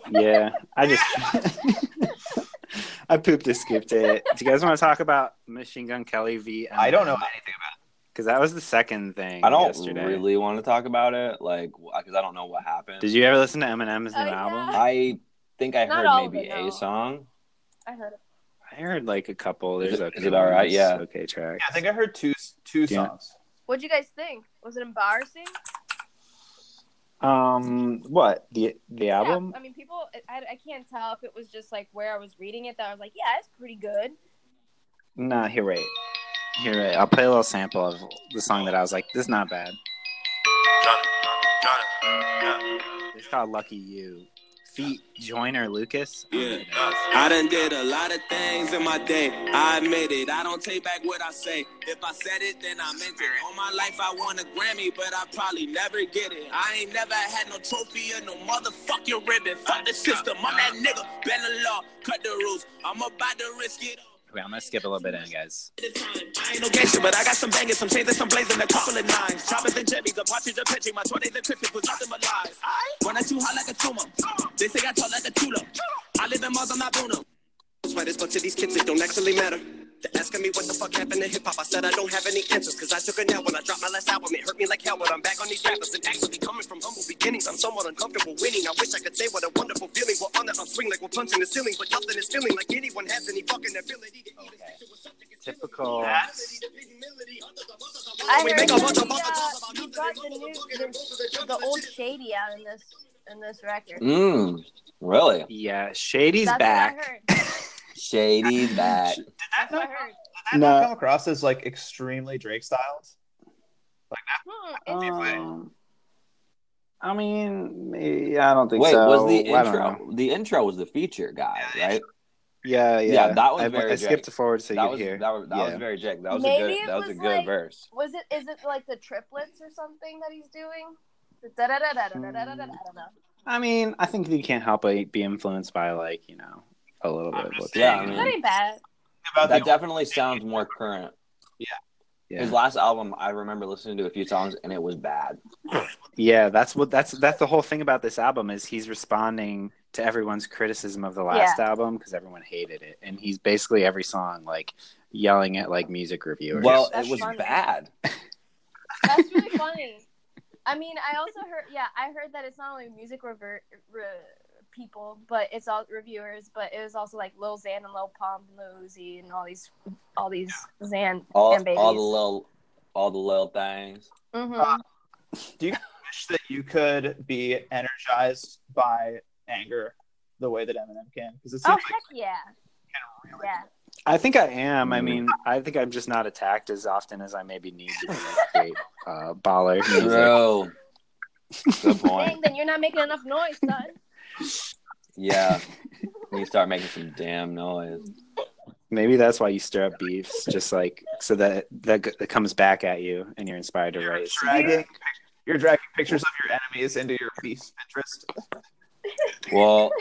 Speaker 2: Yeah, I just I pooped and skipped it. Do you guys want to talk about Machine Gun Kelly v?
Speaker 4: I don't know anything about.
Speaker 2: because that was the second thing.
Speaker 5: I don't
Speaker 2: yesterday.
Speaker 5: really want to talk about it, like, because I don't know what happened.
Speaker 2: Did you ever listen to Eminem's new
Speaker 3: Oh, yeah.
Speaker 2: album?
Speaker 5: I think I
Speaker 3: Not
Speaker 5: heard
Speaker 3: all of
Speaker 5: maybe
Speaker 3: it, no.
Speaker 5: a song.
Speaker 3: I heard it.
Speaker 2: I heard like a couple.
Speaker 5: Is
Speaker 2: There's
Speaker 5: it-
Speaker 2: okay
Speaker 5: is it all right?
Speaker 2: ones,
Speaker 5: Yeah.
Speaker 2: Okay, track.
Speaker 4: Yeah, I think I heard two two
Speaker 2: Yeah.
Speaker 4: songs.
Speaker 3: What'd you guys think? Was it embarrassing?
Speaker 2: Um, what the the album?
Speaker 3: Yeah, I mean, people. I, I can't tell if it was just like where I was reading it that I was like, yeah, it's pretty good.
Speaker 2: Nah, here wait, here wait. I'll play a little sample of the song that I was like, this is not bad. It's called Lucky You. Feet Joiner Lucas.
Speaker 6: Yeah. I done did a lot of things in my day. I admit it. I don't take back what I say. If I said it, then I meant it. All my life I won a Grammy, but I probably never get it. I ain't never had no trophy or no motherfucking ribbon. Fuck the system. I'm that nigga. Bend the law. Cut the rules. I'm about to risk it. all.
Speaker 2: Wait, I'm gonna skip a little bit in, guys.
Speaker 6: I ain't no gangster, but I got some bangers, some chains, and some blazing, a couple of nines. Choppers and jimmies, a partridge, a pitching, my 20s and Christmas was nothing but lies. When I too hot like a tumor, they say I talk like a tulip. I live in Mars, I'm not Bruno. That's why this book to these kids, it don't actually matter. They're asking me what the fuck happened to hip hop. I said I don't have any answers, cause I took a nap when I dropped my last album. It hurt me like hell, but I'm back on these rappers. And actually, coming from humble beginnings, I'm somewhat uncomfortable winning. I wish I could say what a wonderful feeling. We're on the upswing like we're punching the ceiling, but nothing is feeling like anyone has any fucking ability to even stick to a subject.
Speaker 2: Typical.
Speaker 4: That's-
Speaker 3: I heard he, uh, he brought the new, the, the old shady out in this in this record.
Speaker 5: Mm, really?
Speaker 2: Yeah, Shady's
Speaker 3: That's
Speaker 2: back.
Speaker 3: what I heard. That's
Speaker 5: Shady back.
Speaker 4: Did that
Speaker 3: what I
Speaker 4: not,
Speaker 3: heard.
Speaker 4: did that not
Speaker 2: No.
Speaker 4: come across as like extremely Drake styled?
Speaker 3: Hmm, it's-
Speaker 2: Um, I mean, eh, I don't think
Speaker 5: Wait,
Speaker 2: so.
Speaker 5: was the
Speaker 2: I don't know.
Speaker 5: intro? The intro was the feature guy,
Speaker 4: Yeah,
Speaker 5: right?
Speaker 2: Yeah, yeah.
Speaker 5: Yeah, that was
Speaker 2: I,
Speaker 5: very
Speaker 2: I skipped forward so you
Speaker 5: that
Speaker 2: could
Speaker 5: was
Speaker 2: hear.
Speaker 5: that was that was
Speaker 2: Yeah.
Speaker 5: very Jake. That was a
Speaker 3: Maybe
Speaker 5: good
Speaker 3: it
Speaker 5: that was, a
Speaker 3: was
Speaker 5: good
Speaker 3: like-
Speaker 5: verse.
Speaker 3: Was it? Is it like the triplets or something that he's doing? The da-da-da-da-da-da-da-da-da, I don't know.
Speaker 2: I mean, I think you can't help but be influenced by like you know a little bit of what's
Speaker 5: Yeah, I
Speaker 2: going
Speaker 5: mean,
Speaker 2: on.
Speaker 3: That ain't bad.
Speaker 4: About
Speaker 5: That
Speaker 4: the old-
Speaker 5: definitely sounds more current.
Speaker 2: yeah.
Speaker 5: His last album, I remember listening to a few songs and it was bad.
Speaker 2: Yeah, that's what that's that's the whole thing about this album is he's responding to everyone's criticism of the last album because everyone hated it, and he's basically every song like yelling at like music reviewers.
Speaker 5: Well,
Speaker 3: That's
Speaker 5: it was
Speaker 3: funny.
Speaker 5: bad.
Speaker 3: That's really funny. I mean, I also heard, yeah, I heard that it's not only music revert, re, people, but it's all reviewers, but it was also like Lil Xan and Lil Pump and Lil Uzi and all these, all these Xan
Speaker 5: All,
Speaker 3: and babies.
Speaker 5: all the little all the little things.
Speaker 3: Mhm.
Speaker 4: wish that you could be energized by anger the way that Eminem can, because it
Speaker 3: Oh
Speaker 4: seems
Speaker 3: heck yeah,
Speaker 4: like really
Speaker 3: yeah.
Speaker 2: I think I am.
Speaker 5: Mm.
Speaker 2: I mean, I think I'm just not attacked as often as I maybe need to create uh, baller music.
Speaker 5: True. Good
Speaker 3: Dang,
Speaker 5: point.
Speaker 3: then you're not making enough noise, son.
Speaker 5: Yeah. When you start making some damn noise.
Speaker 2: Maybe that's why you stir up beefs, just like so that that, g- that comes back at you, and you're inspired to
Speaker 4: you're
Speaker 2: write.
Speaker 4: dragging pic- you're dragging pictures of your enemies into your beef interest.
Speaker 5: Well,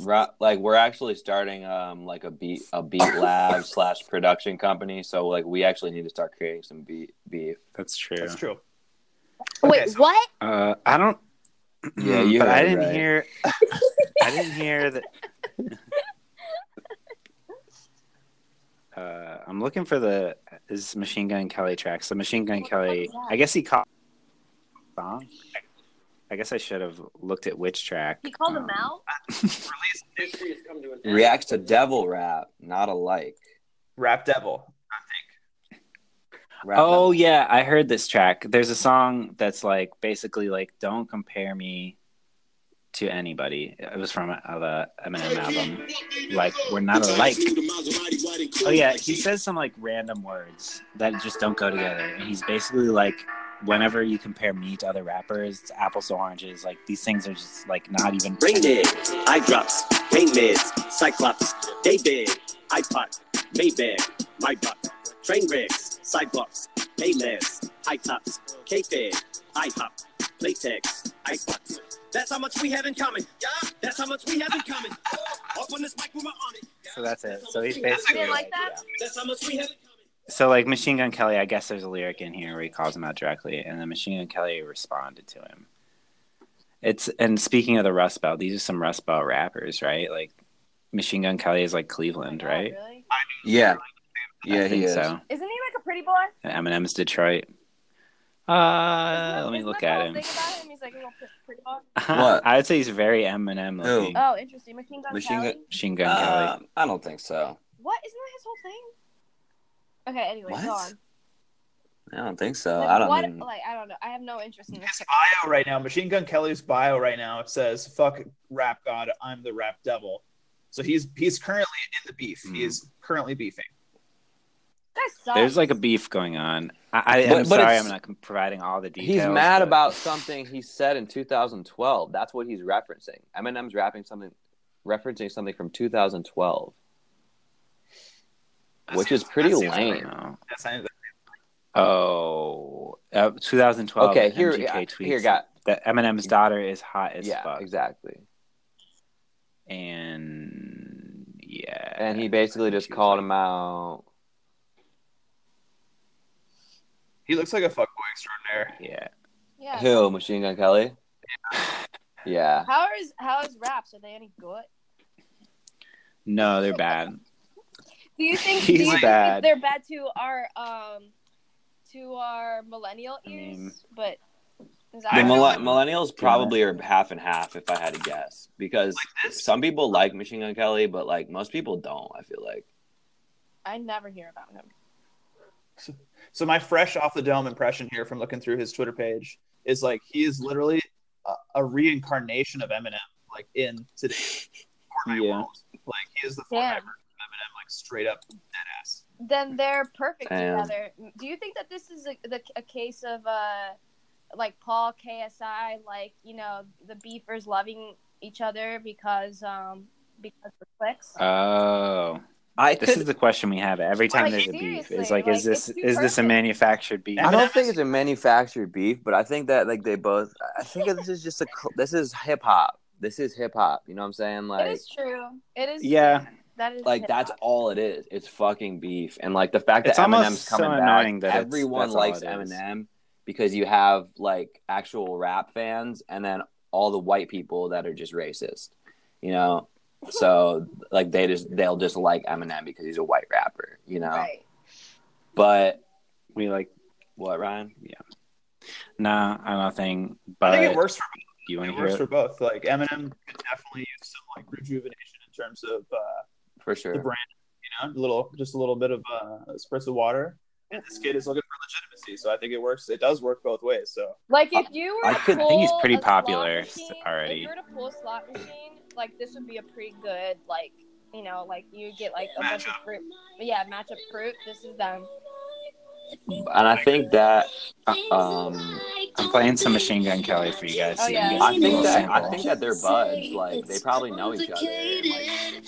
Speaker 5: ro- like we're actually starting um like a beat a beat lab slash production company, so like we actually need to start creating some beat beef.
Speaker 2: That's true.
Speaker 4: That's true.
Speaker 3: Wait,
Speaker 4: so-
Speaker 3: what?
Speaker 2: Uh, I don't.
Speaker 5: Yeah, you
Speaker 2: But I
Speaker 5: heard
Speaker 2: didn't
Speaker 5: right.
Speaker 2: hear. I didn't hear that. Uh, I'm looking for the is Machine Gun Kelly tracks. The Machine Gun
Speaker 3: What the fuck
Speaker 2: Kelly.
Speaker 3: is that?
Speaker 2: I guess he caught song. I guess I should have looked at which track.
Speaker 3: He called him
Speaker 2: um,
Speaker 3: out.
Speaker 4: Release
Speaker 5: Reacts to devil rap, not alike.
Speaker 4: Rap Devil.
Speaker 5: Rap
Speaker 2: Oh yeah, I heard this track. There's a song that's like basically like "Don't compare me to anybody." It was from uh, the Eminem album. Like we're not alike. Oh yeah, he says some like random words that just don't go together, and he's basically like, whenever you compare me to other rappers, it's apples to oranges. Like these things are just like not even.
Speaker 6: Brain dead, eye drops, pain meds, cyclops, day bed, iPod, Maybach, my buck, train wrecks, sidewalks, payless, high tops, K-Fed, IHOP, latex, icebox. That's how much we have in common. Yeah. That's how much we have in common. Up on this mic, we were on it. Yeah.
Speaker 2: So that's it.
Speaker 6: how
Speaker 2: So
Speaker 6: much
Speaker 2: he's
Speaker 6: we have in
Speaker 2: basically
Speaker 6: common.
Speaker 3: like that?
Speaker 6: That's how much we have in common.
Speaker 2: So like Machine Gun Kelly, I guess there's a lyric in here where he calls him out directly, and then Machine Gun Kelly responded to him. It's and speaking of the Rust Belt, these are some Rust Belt rappers, right? Like Machine Gun Kelly is like Cleveland,
Speaker 3: Oh,
Speaker 2: right?
Speaker 3: really?
Speaker 5: Yeah.
Speaker 2: I
Speaker 5: Yeah, he
Speaker 2: think
Speaker 5: is.
Speaker 3: Isn't he like a pretty boy?
Speaker 2: And Eminem's Detroit.
Speaker 3: Isn't
Speaker 2: Uh,
Speaker 3: that-
Speaker 2: let me
Speaker 3: isn't
Speaker 2: look
Speaker 3: that
Speaker 2: at
Speaker 3: the whole
Speaker 2: him.
Speaker 3: thing about him? He's like a little pr- pretty boy.
Speaker 5: What?
Speaker 2: I'd say he's very Eminem
Speaker 5: Who?
Speaker 2: looking.
Speaker 3: Oh, interesting. Machine Gun
Speaker 5: Machine
Speaker 3: Kelly.
Speaker 5: Gun-
Speaker 2: Machine Gun
Speaker 5: Uh,
Speaker 2: Kelly.
Speaker 5: I don't think so.
Speaker 3: What? Isn't that his whole thing? Okay. Anyway,
Speaker 5: What?
Speaker 3: go on.
Speaker 5: I don't think so.
Speaker 2: Uh,
Speaker 3: Like,
Speaker 5: I don't.
Speaker 3: what,
Speaker 5: even-
Speaker 3: like I don't know. I have no interest in this.
Speaker 4: His bio right now, Machine Gun Kelly's bio right now, it says "fuck rap god, I'm the rap devil." So he's he's currently in the beef. He
Speaker 5: Mm.
Speaker 4: is currently beefing.
Speaker 3: That sucks.
Speaker 2: There's like a beef going on. I, I,
Speaker 5: Uh, But-
Speaker 2: I'm
Speaker 5: but
Speaker 2: sorry,
Speaker 5: it's-
Speaker 2: I'm not com- providing all the details.
Speaker 5: He's mad
Speaker 2: but-
Speaker 5: about something he said in 2012. That's what he's referencing. Eminem's rapping something, referencing something from 2012, which is pretty
Speaker 4: That's-
Speaker 2: I
Speaker 5: lame.
Speaker 2: don't know.
Speaker 4: That's not-
Speaker 2: Oh, uh, 2012.
Speaker 5: Okay, here,
Speaker 2: MGK
Speaker 5: I-
Speaker 2: tweets
Speaker 5: here, got
Speaker 2: that Eminem's daughter is hot as
Speaker 5: yeah,
Speaker 2: fuck,
Speaker 5: exactly.
Speaker 2: and yeah,
Speaker 5: And he basically just
Speaker 2: She's
Speaker 5: called
Speaker 2: like-
Speaker 5: him out.
Speaker 4: He looks like a fuckboy extraordinaire.
Speaker 2: Yeah,
Speaker 3: yeah.
Speaker 5: Who? Machine Gun Kelly. Yeah.
Speaker 3: How is how is raps? Are they any good?
Speaker 2: no, they're bad.
Speaker 3: Do you think
Speaker 2: He's
Speaker 3: do you think
Speaker 2: bad.
Speaker 3: they're bad to our um to our millennial
Speaker 2: I mean-
Speaker 3: ears? but is that
Speaker 5: The
Speaker 3: our-
Speaker 5: mille- millennials probably are half and half, if I had to guess, because
Speaker 4: This
Speaker 5: some people like Machine Gun Kelly, but like most people don't. I feel like.
Speaker 3: I never hear about him.
Speaker 4: So my fresh off the dome impression here from looking through his Twitter page is like he is literally a, a reincarnation of Eminem, like in today's Fortnite
Speaker 2: Yeah.
Speaker 4: world. Like he is the Fortnite
Speaker 3: Damn.
Speaker 4: version of Eminem, like straight up dead ass.
Speaker 3: Then they're perfect
Speaker 5: Damn.
Speaker 3: together. Do you think that this is a, the, a case of uh like Paul KSI, like you know the beefers loving each other because um because of clicks?
Speaker 2: Oh,
Speaker 5: I
Speaker 2: this is the question we have every time
Speaker 3: Like,
Speaker 2: there's a beef. It's
Speaker 3: seriously,
Speaker 2: like,
Speaker 3: like,
Speaker 2: is this
Speaker 3: it's too
Speaker 2: is this a
Speaker 3: perfect.
Speaker 2: manufactured beef?
Speaker 5: I
Speaker 4: I mean,
Speaker 5: don't think it's a manufactured beef, but I think that like they both. I think that this is just a. cl- This is hip hop. This is hip hop. You know what I'm saying?
Speaker 3: it
Speaker 5: Like,
Speaker 3: is true. It is.
Speaker 2: Yeah,
Speaker 3: true. That is
Speaker 5: like
Speaker 3: hip
Speaker 5: that's
Speaker 3: hop.
Speaker 5: all it is. It's fucking beef, and like the fact that
Speaker 2: It's almost
Speaker 5: Eminem's
Speaker 2: so
Speaker 5: coming
Speaker 2: annoying
Speaker 5: back.
Speaker 2: that it's-
Speaker 5: everyone
Speaker 2: that's all
Speaker 5: likes
Speaker 2: it is.
Speaker 5: Eminem because you have like actual rap fans, and then all the white people that are just racist. You know, so like they just they'll just like Eminem because he's a white rapper. You know,
Speaker 3: right.
Speaker 5: but
Speaker 2: we like
Speaker 5: what Ryan?
Speaker 2: nah, I don't think.
Speaker 4: I
Speaker 2: But
Speaker 4: think it works for
Speaker 2: you want
Speaker 4: it
Speaker 2: to hear
Speaker 4: works for
Speaker 2: it?
Speaker 4: both. Like Eminem could definitely use some like rejuvenation in terms of uh,
Speaker 5: For sure.
Speaker 4: the brand, you know, a little just a little bit of uh, spritz of water. And this kid is looking for legitimacy, so I think it works. It does work both ways. So
Speaker 3: Like if you were,
Speaker 5: I
Speaker 3: to
Speaker 5: could-
Speaker 2: I think he's
Speaker 3: pull
Speaker 2: pretty
Speaker 3: a slot
Speaker 2: popular
Speaker 3: machine-
Speaker 2: already.
Speaker 3: If you were to pull a slot machine, like this would be a pretty good, like you know, like you get like a bunch of fruit. Yeah, matchup fruit. This is them.
Speaker 5: and I think that um,
Speaker 2: I'm playing some Machine Gun Kelly for you guys.
Speaker 3: Oh,
Speaker 2: so you can
Speaker 3: yeah.
Speaker 2: get
Speaker 5: I
Speaker 2: a
Speaker 5: think
Speaker 2: little
Speaker 5: that I
Speaker 2: sample.
Speaker 5: think that they're buds. Like they probably know each other, and,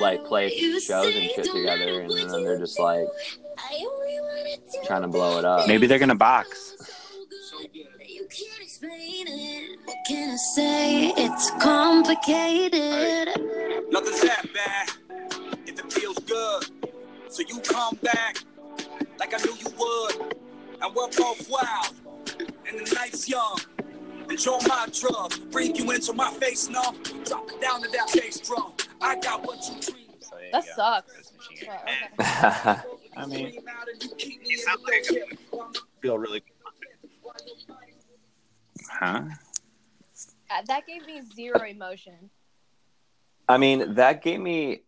Speaker 5: like, like play shows and shit together, and then they're just like trying to blow it up.
Speaker 2: Maybe they're gonna box.
Speaker 7: You can't explain it. What can I say? It's complicated.
Speaker 6: Nothing's that bad if it feels good. So you come back like I knew you would. And we're both wild and the night's young. Enjoy my drug, bring you into my face now. Drop it down to that bass drum. I got what you dream.
Speaker 2: So there you
Speaker 3: That
Speaker 2: go.
Speaker 3: sucks.
Speaker 2: That's Machine Gun
Speaker 3: But,
Speaker 2: Kelly.
Speaker 3: okay.
Speaker 2: I mean-
Speaker 4: I feel really good.
Speaker 2: Huh?
Speaker 3: Uh, that gave me zero emotion.
Speaker 5: I mean, that gave me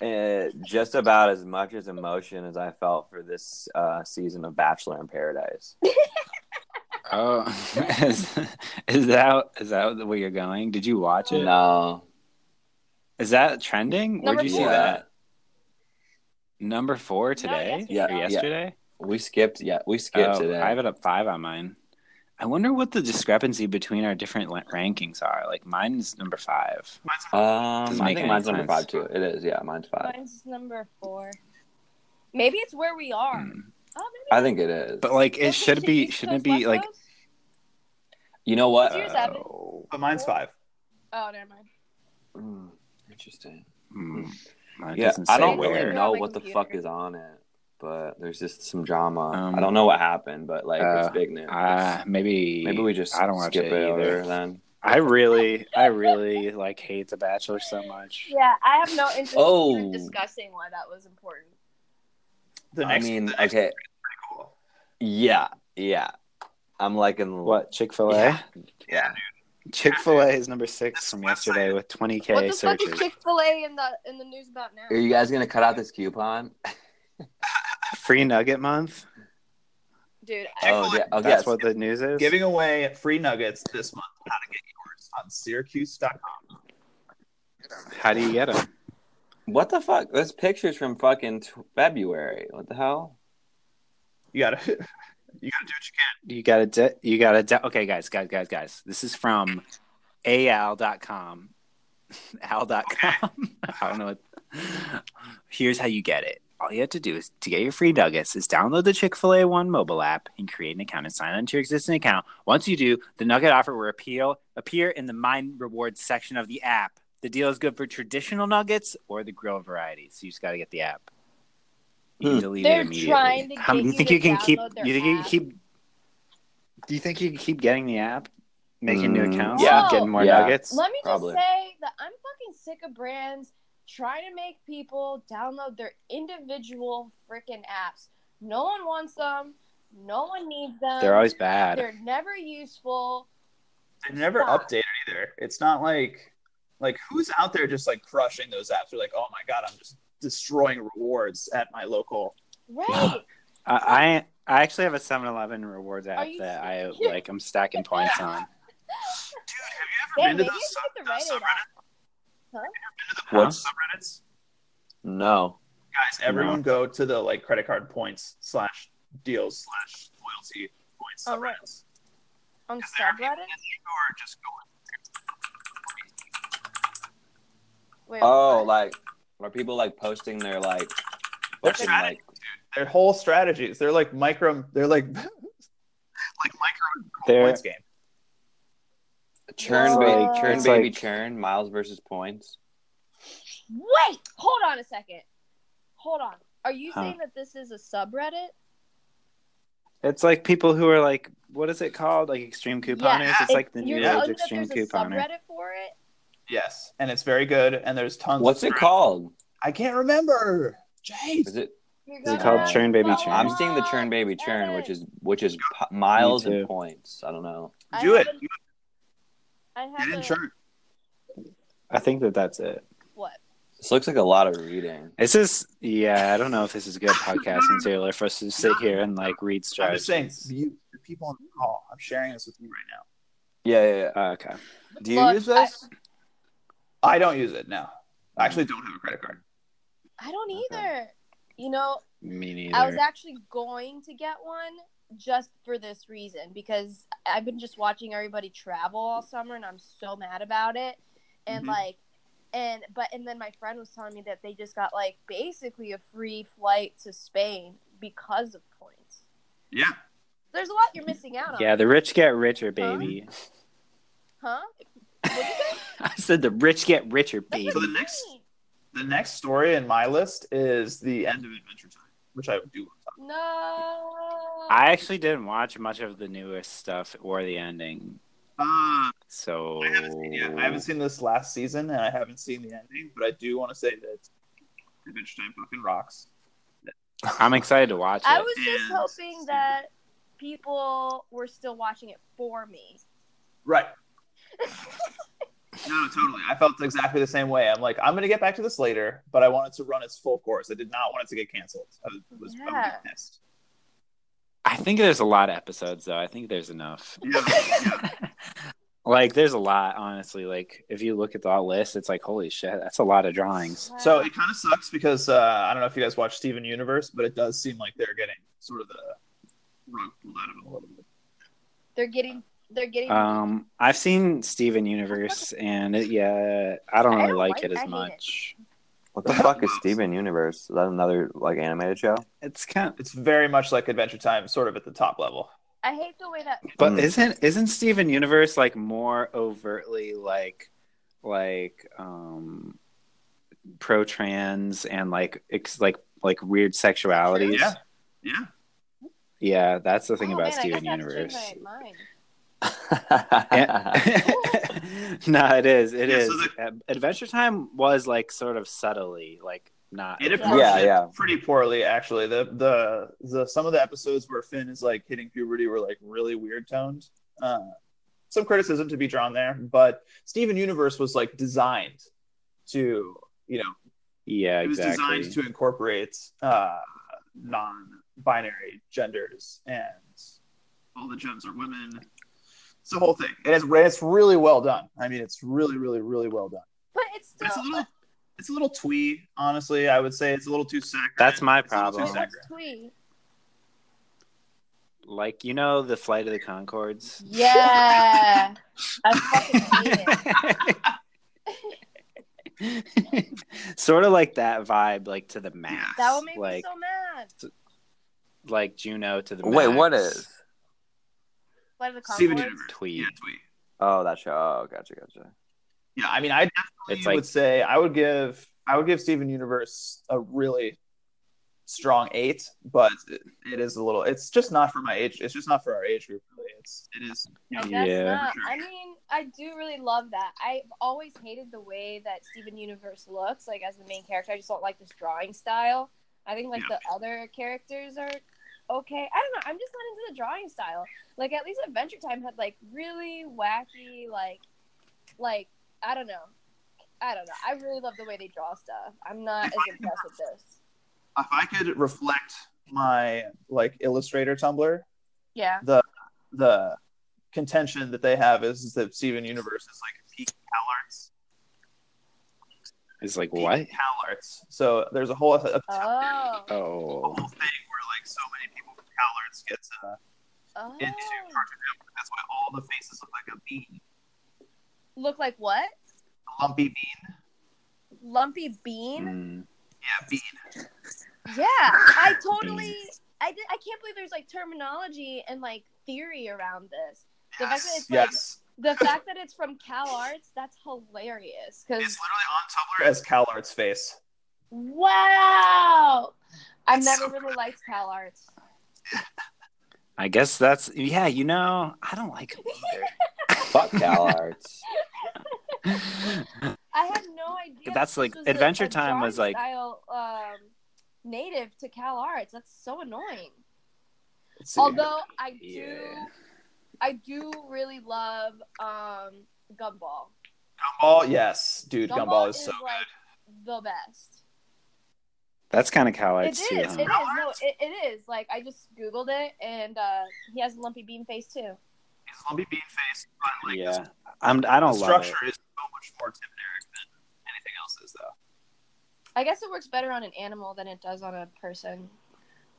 Speaker 5: uh, just about as much as emotion as I felt for this uh, season of Bachelor in Paradise.
Speaker 2: Oh, is, is that is that where you're going? Did you watch it? Is
Speaker 5: No,
Speaker 2: that trending?
Speaker 3: Number
Speaker 2: Where'd you see
Speaker 3: four.
Speaker 2: that? Number four
Speaker 3: No,
Speaker 2: today?
Speaker 5: Yeah,
Speaker 2: Or
Speaker 5: yeah.
Speaker 2: yesterday?
Speaker 5: we skipped. Yeah, we skipped
Speaker 2: Oh,
Speaker 5: today.
Speaker 2: I have it up five on mine. I wonder what the discrepancy between our different la- rankings are. Like mine's number five.
Speaker 5: um,
Speaker 2: Doesn't
Speaker 5: I
Speaker 2: make
Speaker 5: think
Speaker 2: any
Speaker 5: mine's number
Speaker 2: sense.
Speaker 5: five too. It is. Yeah, mine's five.
Speaker 3: Mine's number four. Maybe it's where we are.
Speaker 2: Mm.
Speaker 3: Oh, maybe
Speaker 5: I think it is.
Speaker 2: But like, it
Speaker 3: Doesn't
Speaker 2: should be,
Speaker 3: East
Speaker 2: shouldn't it
Speaker 3: Coast,
Speaker 2: be
Speaker 3: West
Speaker 2: like?
Speaker 3: Coast?
Speaker 5: You know what?
Speaker 3: Yours, Evan?
Speaker 2: Oh,
Speaker 4: But mine's five.
Speaker 3: Oh, never mind.
Speaker 5: Mm, interesting.
Speaker 2: mm, mine
Speaker 5: Hmm. yeah,
Speaker 2: doesn't
Speaker 5: I
Speaker 2: say
Speaker 5: don't
Speaker 3: where.
Speaker 5: really know
Speaker 3: On my
Speaker 5: what the
Speaker 3: computer.
Speaker 5: fuck is on it, but there's just some drama.
Speaker 2: Um,
Speaker 5: I don't know what happened, but like
Speaker 2: uh,
Speaker 5: it's big news.
Speaker 2: Uh, maybe
Speaker 5: Maybe we just
Speaker 2: I don't watch
Speaker 5: skip
Speaker 2: it
Speaker 5: it
Speaker 2: either.
Speaker 5: over then.
Speaker 2: I really, I really like hate The Bachelor so much.
Speaker 3: Yeah, I have no interest in
Speaker 5: Oh.
Speaker 3: discussing why that was important.
Speaker 4: The
Speaker 5: I
Speaker 4: next,
Speaker 5: mean,
Speaker 4: the next
Speaker 5: okay,
Speaker 4: cool.
Speaker 5: yeah, yeah. I'm liking
Speaker 2: What Chick Fil A?
Speaker 5: Yeah. Yeah,
Speaker 2: Chick Fil A is number six from yesterday with
Speaker 3: what
Speaker 2: 20k
Speaker 3: the fuck
Speaker 2: searches.
Speaker 3: is Chick Fil A in the in the news about now?
Speaker 5: Are you guys gonna cut out this coupon?
Speaker 2: Free Nugget Month.
Speaker 3: Dude, I,
Speaker 5: Oh, yeah. Okay,
Speaker 2: That's what the news is.
Speaker 4: Giving away free nuggets this month. How to get yours on Syracuse.com.
Speaker 2: How do you get them?
Speaker 5: What the fuck? This picture's from fucking t- February. What the hell?
Speaker 4: You gotta, you gotta do what you can.
Speaker 2: You gotta, de- you gotta. De- okay, guys, guys, guys, guys. This is from al.com. al.com. I don't know. What- Here's how you get it. All you have to do is to get your free nuggets is download the Chick Fil A One mobile app and create an account and sign on to your existing account. Once you do, the nugget offer will appeal, appear in the Mine Rewards section of the app. The deal is good for traditional nuggets or the grill variety. So you just got to get the app. You can
Speaker 5: Hmm.
Speaker 2: delete
Speaker 3: They're
Speaker 2: it immediately.
Speaker 3: trying to
Speaker 2: How-
Speaker 3: get
Speaker 2: you
Speaker 3: you
Speaker 2: think
Speaker 3: to
Speaker 2: you can keep?
Speaker 3: download their
Speaker 2: You think you can
Speaker 3: app.
Speaker 2: keep? Do you think you can keep getting the app, making new
Speaker 5: Mm,
Speaker 2: accounts,
Speaker 3: yeah.
Speaker 2: keep getting more
Speaker 5: Yeah.
Speaker 2: nuggets?
Speaker 3: let me just
Speaker 5: Probably.
Speaker 3: say that I'm fucking sick of brands trying to make people download their individual freaking apps. No one wants them. No one needs them.
Speaker 2: They're always bad.
Speaker 3: um, They're never useful.
Speaker 4: They've never
Speaker 3: Stop.
Speaker 4: updated either. It's not like, like who's out there just like crushing those apps? You're like, oh my god, I'm just destroying rewards at my local.
Speaker 3: Right.
Speaker 2: I, I I actually have a 7-Eleven rewards app
Speaker 3: you
Speaker 2: that I
Speaker 3: serious?
Speaker 2: like. I'm stacking points
Speaker 4: Dude,
Speaker 2: on.
Speaker 4: have you
Speaker 3: Damn,
Speaker 4: ever been
Speaker 3: maybe
Speaker 4: to
Speaker 3: I
Speaker 4: those,
Speaker 3: should
Speaker 4: sub-
Speaker 3: get the
Speaker 4: those
Speaker 3: Reddit app.
Speaker 4: subreddits?
Speaker 2: Huh?
Speaker 5: What's
Speaker 4: Subreddits,
Speaker 5: no?
Speaker 4: guys. Everyone go to the like credit card points slash deals slash loyalty points
Speaker 3: Oh, right.
Speaker 4: subreddits.
Speaker 3: On
Speaker 4: there are people
Speaker 3: subreddit?
Speaker 4: Who are just going?
Speaker 3: Wait,
Speaker 5: Oh,
Speaker 3: what?
Speaker 5: like are people like posting their like
Speaker 4: Their
Speaker 5: fucking,
Speaker 4: strategy.
Speaker 5: like
Speaker 4: Their whole strategies. They're like micro. They're like, like micro
Speaker 2: They're-
Speaker 4: points game.
Speaker 5: churn
Speaker 3: It's
Speaker 5: baby
Speaker 3: like-
Speaker 5: churn
Speaker 2: it's
Speaker 5: baby
Speaker 2: like-
Speaker 5: churn miles versus points?
Speaker 3: Wait, hold on a second. Hold on. Are you
Speaker 2: Huh.
Speaker 3: saying that this is a subreddit?
Speaker 2: It's like people who are like, what is it called? Like extreme couponers. It's like the
Speaker 3: You're
Speaker 2: new
Speaker 3: telling
Speaker 2: age
Speaker 3: me that
Speaker 2: extreme
Speaker 3: there's a
Speaker 2: couponer.
Speaker 3: subreddit for it?
Speaker 4: Yes, and it's very good. And there's tons. of
Speaker 5: What's it
Speaker 4: threads.
Speaker 5: called?
Speaker 4: I can't remember. Jeez.
Speaker 5: Is it?
Speaker 3: You're
Speaker 2: Is it
Speaker 3: gonna
Speaker 2: called Churn Baby
Speaker 3: go
Speaker 2: Churn?
Speaker 5: I'm seeing the churn
Speaker 3: on.
Speaker 5: baby churn,
Speaker 3: Evan.
Speaker 5: which is which is p- miles
Speaker 2: Me too.
Speaker 5: and points. I don't know.
Speaker 3: I
Speaker 4: Do it.
Speaker 3: haven't-
Speaker 4: You
Speaker 3: I
Speaker 4: get
Speaker 3: have a,
Speaker 4: insurance.
Speaker 2: I think that that's it.
Speaker 3: what?
Speaker 5: This looks like a lot of reading.
Speaker 2: This is yeah. I don't know if this is good podcasting, Taylor, for us to sit here and like read
Speaker 4: I'm
Speaker 2: strategies.
Speaker 4: just saying, you, the people on the call, I'm sharing this with you right now.
Speaker 5: Yeah, yeah, yeah.
Speaker 2: Uh, okay.
Speaker 5: Do you
Speaker 3: Look,
Speaker 5: use this?
Speaker 4: I don't use it now. I actually don't have a credit card.
Speaker 3: I don't
Speaker 5: Okay.
Speaker 3: either. You know,
Speaker 2: Me neither.
Speaker 3: I was actually going to get one just for this reason because I've been just watching everybody travel all summer and I'm so mad about it. And
Speaker 4: Mhm.
Speaker 3: like and but and then my friend was telling me that they just got like basically a free flight to Spain because of points.
Speaker 4: Yeah.
Speaker 3: There's a lot you're missing out on.
Speaker 2: yeah, the rich get richer, baby.
Speaker 3: Huh?
Speaker 2: I said the rich get richer,
Speaker 3: That's
Speaker 2: baby.
Speaker 4: So
Speaker 3: what
Speaker 4: the
Speaker 3: I
Speaker 4: next-
Speaker 3: mean.
Speaker 4: The next story in my list is the end of Adventure Time, which I do.
Speaker 3: No.
Speaker 2: I actually didn't watch much of the newest stuff or the ending,
Speaker 4: Uh,
Speaker 2: so
Speaker 4: I haven't seen, yeah, I haven't seen this last season, and I haven't seen the ending, but I do want to say that Adventure Time fucking rocks.
Speaker 2: I'm excited to watch it.
Speaker 3: I was just
Speaker 4: And-
Speaker 3: hoping that people were still watching it for me.
Speaker 4: Right. No, totally. I felt exactly the same way. I'm like, I'm gonna get back to this later, but I wanted to run its full course. I did not want it to get canceled. I was, was I would
Speaker 3: Yeah.
Speaker 4: be pissed.
Speaker 2: I think there's a lot of episodes though. I think there's enough.
Speaker 4: Yeah.
Speaker 2: Like there's a lot, honestly. Like if you look at that list, it's like holy shit, that's a lot of drawings.
Speaker 4: So it kind of sucks because uh, I don't know if you guys watch Steven Universe, but it does seem like they're getting sort of the rug pulled out of them a little bit.
Speaker 3: they're getting they're getting
Speaker 2: Um, I've seen Steven Universe, and it, yeah, I don't
Speaker 3: I
Speaker 2: really
Speaker 3: don't
Speaker 2: like,
Speaker 3: like-
Speaker 2: it
Speaker 3: I
Speaker 2: as
Speaker 3: hate it.
Speaker 2: much.
Speaker 5: What the fuck is Steven Universe? Is that another like animated show?
Speaker 2: It's kind of,
Speaker 4: It's very much like Adventure Time, sort of at the top level.
Speaker 3: I hate the way that
Speaker 2: but
Speaker 5: Mm.
Speaker 2: isn't isn't Steven Universe like more overtly like like um pro trans and like ex- like like weird sexualities?
Speaker 4: Yeah.
Speaker 2: Yeah, that's the thing
Speaker 3: Oh,
Speaker 2: about
Speaker 3: man, I guess
Speaker 2: Steven
Speaker 3: that's
Speaker 2: Universe.
Speaker 3: changed my mind.
Speaker 2: no, it is. It
Speaker 4: Yeah,
Speaker 2: is.
Speaker 4: so
Speaker 2: Ad- Adventure Time was like sort of subtly, like not.
Speaker 4: It
Speaker 3: Yeah.
Speaker 4: approached it
Speaker 5: yeah.
Speaker 4: pretty poorly, actually. The, the the some of the episodes where Finn is like hitting puberty were like really weird toned. Uh, some criticism to be drawn there, but Steven Universe was like designed to, you know,
Speaker 2: yeah,
Speaker 4: it was
Speaker 2: exactly.
Speaker 4: designed to incorporate uh, non-binary genders and all the gems are women it's the whole thing and it's, it's really well done i mean it's really really really well done
Speaker 3: But it's
Speaker 4: but it's
Speaker 3: still
Speaker 4: a little it's a little twee honestly i would say it's a little too saccharine
Speaker 2: That's my
Speaker 4: It's a little too
Speaker 2: problem.
Speaker 4: saccharine.
Speaker 3: sweet.
Speaker 2: like you know, the Flight of the Concords.
Speaker 3: Yeah. I fucking hate it.
Speaker 2: sort of like that vibe, like to the max.
Speaker 3: That would make
Speaker 2: like
Speaker 3: me so mad.
Speaker 2: like Juno to the
Speaker 5: Wait,
Speaker 2: max.
Speaker 5: what is?
Speaker 3: What are the
Speaker 4: steven
Speaker 3: Concords?
Speaker 4: universe
Speaker 2: Twee.
Speaker 4: yeah twee
Speaker 5: Oh, that show. Oh, gotcha, gotcha.
Speaker 4: yeah i mean i definitely
Speaker 2: It's like-
Speaker 4: would say i would give i would give steven universe a really strong eight but it, it is a little it's just not for my age it's just not for our age group really it's it is you
Speaker 3: I
Speaker 4: know,
Speaker 3: guess
Speaker 2: Yeah.
Speaker 3: not. I mean, I do really love that. I've always hated the way that Steven Universe looks, like as the main character. I just don't like this drawing style. I think like the other characters are okay. I don't know. I'm just not into the drawing style. Like at least Adventure Time had like really wacky, like, like I don't know. I don't know. I really love the way they draw stuff. I'm not as impressed with this.
Speaker 4: if i could reflect my like illustrator tumblr
Speaker 3: Yeah.
Speaker 4: the contention that they have is that steven universe is like peak cal arts
Speaker 2: It's like
Speaker 4: peak
Speaker 2: what?
Speaker 4: cal arts so there's a whole a,
Speaker 3: Oh.
Speaker 2: Oh,
Speaker 4: whole thing where like so many people from cal arts gets uh,
Speaker 3: Oh.
Speaker 4: into Cartoon Network. That's why all the faces look like a bean,
Speaker 3: Look like what?
Speaker 4: a lumpy bean.
Speaker 3: Lumpy bean.
Speaker 2: Mm.
Speaker 4: Yeah, bean.
Speaker 3: Yeah, I totally. I did, I can't believe there's like terminology and like theory around this. The fact that
Speaker 4: Yes,
Speaker 3: it's like
Speaker 4: yes.
Speaker 3: the fact that it's from Cal Arts, that's hilarious. Cause
Speaker 4: It's literally on Tumblr as Cal Arts face.
Speaker 3: wow, I've
Speaker 4: It's
Speaker 3: never
Speaker 4: so
Speaker 3: really liked Cal Arts.
Speaker 2: I guess that's yeah. You know, I don't like it either.
Speaker 5: Fuck Cal Arts.
Speaker 3: I had no idea.
Speaker 2: That's,
Speaker 3: this
Speaker 2: like,
Speaker 3: was a-
Speaker 2: Adventure
Speaker 3: a
Speaker 2: Time was,
Speaker 3: drawing
Speaker 2: like-
Speaker 3: style, um, native to Cal Arts. That's so annoying.
Speaker 4: Let's see.
Speaker 3: Although I do,
Speaker 2: Yeah.
Speaker 3: I do really love um Gumball.
Speaker 4: Gumball, yes, dude, Gumball, is, so.
Speaker 3: like the best.
Speaker 2: That's kind of Cal
Speaker 3: It
Speaker 2: Arts
Speaker 3: is.
Speaker 2: too.
Speaker 3: It is.
Speaker 2: huh?
Speaker 3: No, it, it is. Like I just googled it, and uh, he has a lumpy bean face too.
Speaker 4: He's a lumpy bean face, but like
Speaker 2: yeah,
Speaker 4: this-
Speaker 2: I'm. I
Speaker 4: the
Speaker 2: don't love it.
Speaker 4: structure is so much more Tim and Eric than anything else is though.
Speaker 3: I guess it works better on an animal than it does on a person.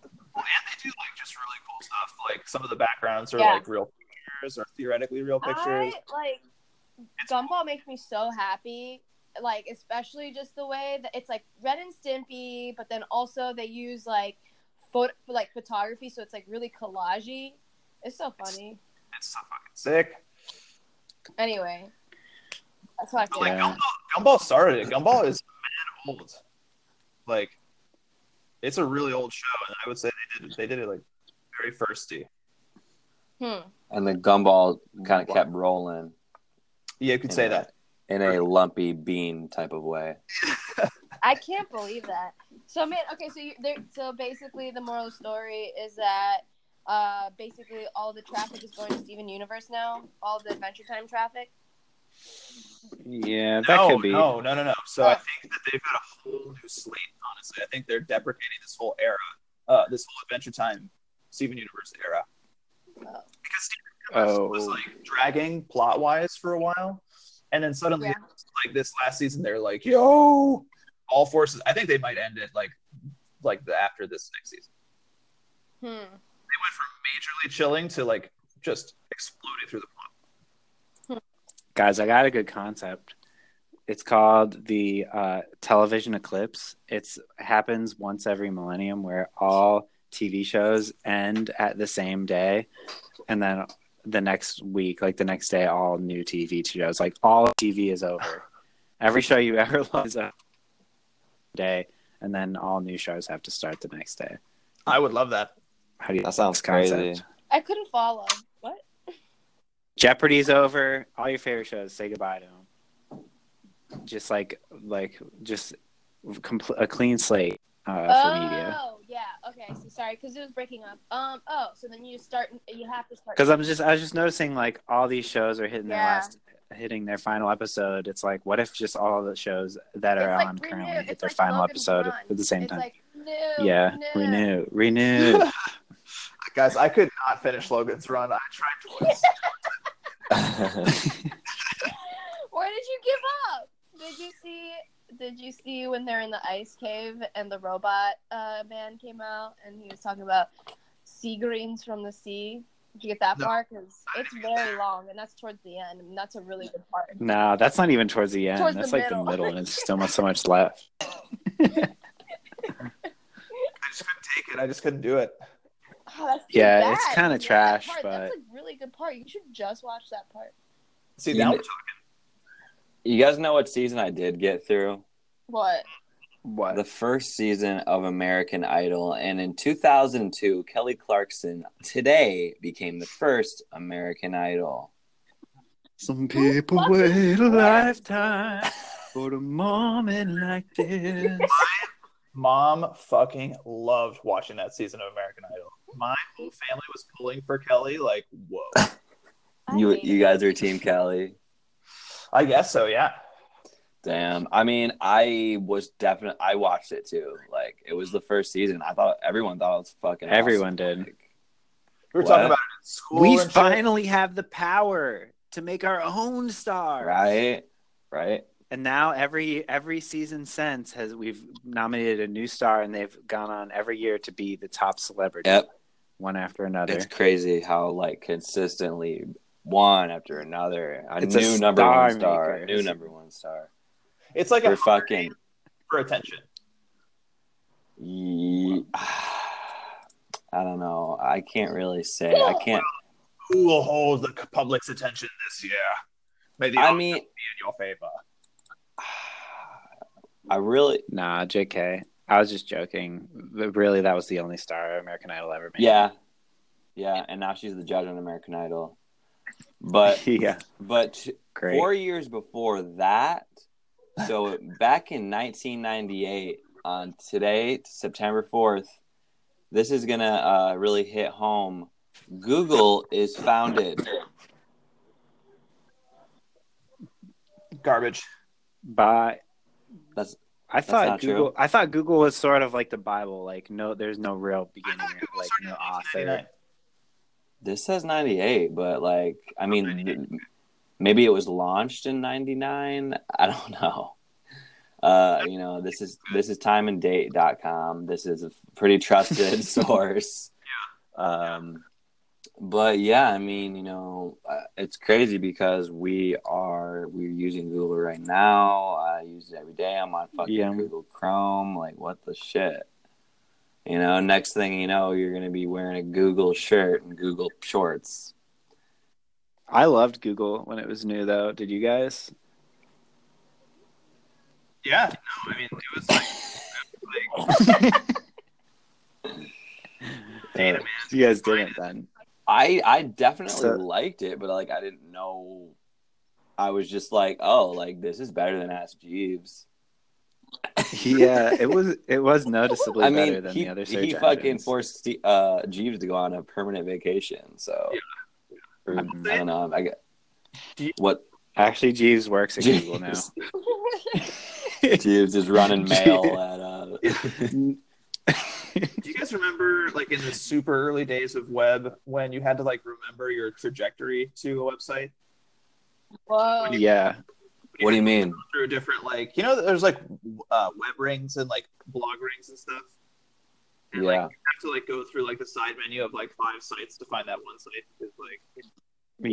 Speaker 4: Well, and they do like just really cool stuff. Like some of the backgrounds are
Speaker 3: Yeah.
Speaker 4: like real pictures or theoretically real
Speaker 3: I
Speaker 4: pictures.
Speaker 3: like Gumball makes me so happy. Like especially just the way that it's like Red and Stimpy, but then also they use like photo like photography, so it's like really collagey. It's so funny.
Speaker 4: It's so fucking sick.
Speaker 3: Anyway, that's what I
Speaker 4: But
Speaker 3: feel.
Speaker 4: like
Speaker 2: Yeah.
Speaker 4: Gumball, Gumball started it. Gumball is mad old. Like, it's a really old show, and I would say they did they did it like very thirsty.
Speaker 3: Hmm.
Speaker 5: And the gumball kind of kept rolling
Speaker 4: Yeah, you could say that.
Speaker 5: in a lumpy bean type of way.
Speaker 3: I can't believe that. So man, okay, so you, there, so basically the moral of the story is that uh basically all the traffic is going to Steven Universe now, all the Adventure Time traffic.
Speaker 2: Yeah, that
Speaker 4: No,
Speaker 2: could be.
Speaker 4: no, no, no, no. So I think that they've got a whole new slate. Honestly, I think they're deprecating this whole era, uh, this whole Adventure Time, Steven Universe era,
Speaker 3: Oh.
Speaker 4: because Steven Universe
Speaker 2: Oh,
Speaker 4: was like dragging plot wise for a while, and then suddenly,
Speaker 3: Yeah.
Speaker 4: like this last season, they're like, "Yo, all forces." I think they might end it like, like the after this next season.
Speaker 3: Hmm.
Speaker 4: They went from majorly chilling to like just exploding through the plot.
Speaker 2: guys, I got a good concept. It's called the uh, television eclipse. It's happens once every millennium, where all TV shows end at the same day, and then the next week, like the next day, all new TV shows, like all TV is over. Every show you ever loved is over day, and then all new shows have to start the next day.
Speaker 4: I would love that.
Speaker 2: How do you?
Speaker 5: That sounds
Speaker 2: this concept?
Speaker 5: crazy.
Speaker 3: I couldn't follow. What?
Speaker 2: Jeopardy's over. All your favorite shows, say goodbye to them. Just like, like, just compl- a clean slate uh, for media.
Speaker 3: oh, yeah. Okay. So sorry, because it was breaking up. Um. Oh, so then you start. You have to start.
Speaker 2: Because I'm just, I was just noticing like all these shows are hitting
Speaker 3: Yeah.
Speaker 2: their last, hitting their final episode. It's like, what if just all the shows that
Speaker 3: It's
Speaker 2: are
Speaker 3: like
Speaker 2: on
Speaker 3: renew-
Speaker 2: currently
Speaker 3: it's
Speaker 2: hit their
Speaker 3: like
Speaker 2: final
Speaker 3: Logan's
Speaker 2: episode
Speaker 3: Run.
Speaker 2: at the same
Speaker 3: it's
Speaker 2: time?
Speaker 3: like oh, no.
Speaker 2: yeah,
Speaker 3: no.
Speaker 2: renew, renew.
Speaker 4: Guys, I could not finish Logan's run. I tried twice.
Speaker 3: Where did you give up? Did you see? Did you see when they're in the ice cave and the robot uh, man came out and he was talking about sea greens from the sea? Did you get that
Speaker 4: No.
Speaker 3: part? 'Cause it's very long and that's towards the end. And that's a really good part.
Speaker 2: no, that's not even towards the end.
Speaker 3: Towards the
Speaker 2: that's like
Speaker 3: middle.
Speaker 2: the middle, and it's still not so much left.
Speaker 4: I just couldn't take it. I just couldn't do it.
Speaker 3: Oh, that's too
Speaker 2: Yeah,
Speaker 3: bad.
Speaker 2: it's kinda
Speaker 3: You get that
Speaker 2: trash,
Speaker 3: part. that's
Speaker 2: but-
Speaker 3: a really good part. You should just watch that part.
Speaker 4: See,
Speaker 5: You
Speaker 4: now
Speaker 5: kn- you guys know what season I did get through?
Speaker 3: What?
Speaker 2: What?
Speaker 5: The first season of American Idol, and in 2002, Kelly Clarkson today became the first American Idol.
Speaker 2: Some
Speaker 3: Who
Speaker 2: people
Speaker 3: fucking
Speaker 2: wait a
Speaker 3: cares?
Speaker 2: lifetime for a moment like this.
Speaker 4: mom fucking loved watching that season of American Idol. My whole family was pulling for Kelly. Like, whoa.
Speaker 3: I
Speaker 5: you
Speaker 3: hate
Speaker 5: you
Speaker 3: it.
Speaker 5: guys are Team Kelly.
Speaker 4: I guess so. Yeah.
Speaker 5: Damn. I mean, I was definitely I watched it too. Like it was the first season. I thought everyone thought it was fucking awesome.
Speaker 2: Everyone did.
Speaker 5: Like,
Speaker 4: We were
Speaker 5: What?
Speaker 4: talking about it in school.
Speaker 2: we
Speaker 4: and shit.
Speaker 2: finally have the power to make our own stars.
Speaker 5: right? Right?
Speaker 2: And now every every season since has we've nominated a new star and they've gone on every year to be the top celebrity.
Speaker 5: Yep.
Speaker 2: One after another.
Speaker 5: It's crazy how like consistently one after another. A
Speaker 2: It's a
Speaker 5: new number
Speaker 2: star
Speaker 5: one star.
Speaker 2: maker.
Speaker 5: New number one star.
Speaker 4: It's like
Speaker 5: You're
Speaker 4: a hunger
Speaker 5: fucking
Speaker 4: game for attention.
Speaker 5: Ye- I don't know. I can't really say. I can't
Speaker 4: Who will hold the public's attention this year? May the
Speaker 5: I
Speaker 4: odds
Speaker 5: mean
Speaker 4: be in your favor.
Speaker 5: I really
Speaker 2: Nah, JK. I was just joking. But really that was the only star American Idol ever made.
Speaker 5: Yeah. Yeah, and now she's the judge on American Idol. But
Speaker 2: yeah.
Speaker 5: but
Speaker 2: Great.
Speaker 5: four years before that. So back in 1998, on today, September 4th, this is going to uh, really hit home. Google is founded.
Speaker 4: Garbage.
Speaker 2: by
Speaker 5: That's-
Speaker 2: I
Speaker 5: not
Speaker 2: thought
Speaker 5: true.
Speaker 2: Google I thought Google was sort of like the Bible, like no there's no real beginning
Speaker 4: I thought Google
Speaker 2: like
Speaker 4: started
Speaker 2: no
Speaker 4: in
Speaker 2: author.
Speaker 4: 1999.
Speaker 5: This says 98, but like, I mean, maybe it was launched in 99. I don't know. Uh, you know, this is this is timeanddate.com. This is a pretty trusted source. Um, but yeah, I mean, you know, uh, it's crazy because we are we're using Google right now. I use it every day. I'm on fucking
Speaker 2: Yeah.
Speaker 5: Google Chrome. Like, what the shit? You know, next thing you know, you're gonna be wearing a Google shirt and Google shorts.
Speaker 2: I loved Google when it was new though. Did you guys?
Speaker 4: Yeah. No, I mean, it was like, like
Speaker 5: Uh,
Speaker 2: You guys didn't then.
Speaker 5: I I definitely
Speaker 2: So-
Speaker 5: liked it, but like I didn't know. I was just like, oh, like this is better than Ask Jeeves.
Speaker 2: Yeah, it was it was noticeably
Speaker 5: I mean,
Speaker 2: better than
Speaker 5: he,
Speaker 2: the other search
Speaker 5: he fucking
Speaker 2: engines.
Speaker 5: forced Ste- uh, Jeeves to go on a permanent vacation. So Or, I don't know. I got
Speaker 4: Do you-
Speaker 5: what
Speaker 2: Mm-hmm. Actually, Jeeves works at Google now.
Speaker 5: Jeeves, Jeeves is running mail at. Uh,
Speaker 4: Do you guys remember, like, in the super early days of web, when you had to like remember your trajectory to a website?
Speaker 3: Whoa.
Speaker 2: yeah,
Speaker 5: what do you mean?
Speaker 4: through different like you know there's like w- uh, web rings and like blog rings and stuff and like
Speaker 5: Yeah,
Speaker 4: you have to like go through like the side menu of like five sites to find that one site because like it's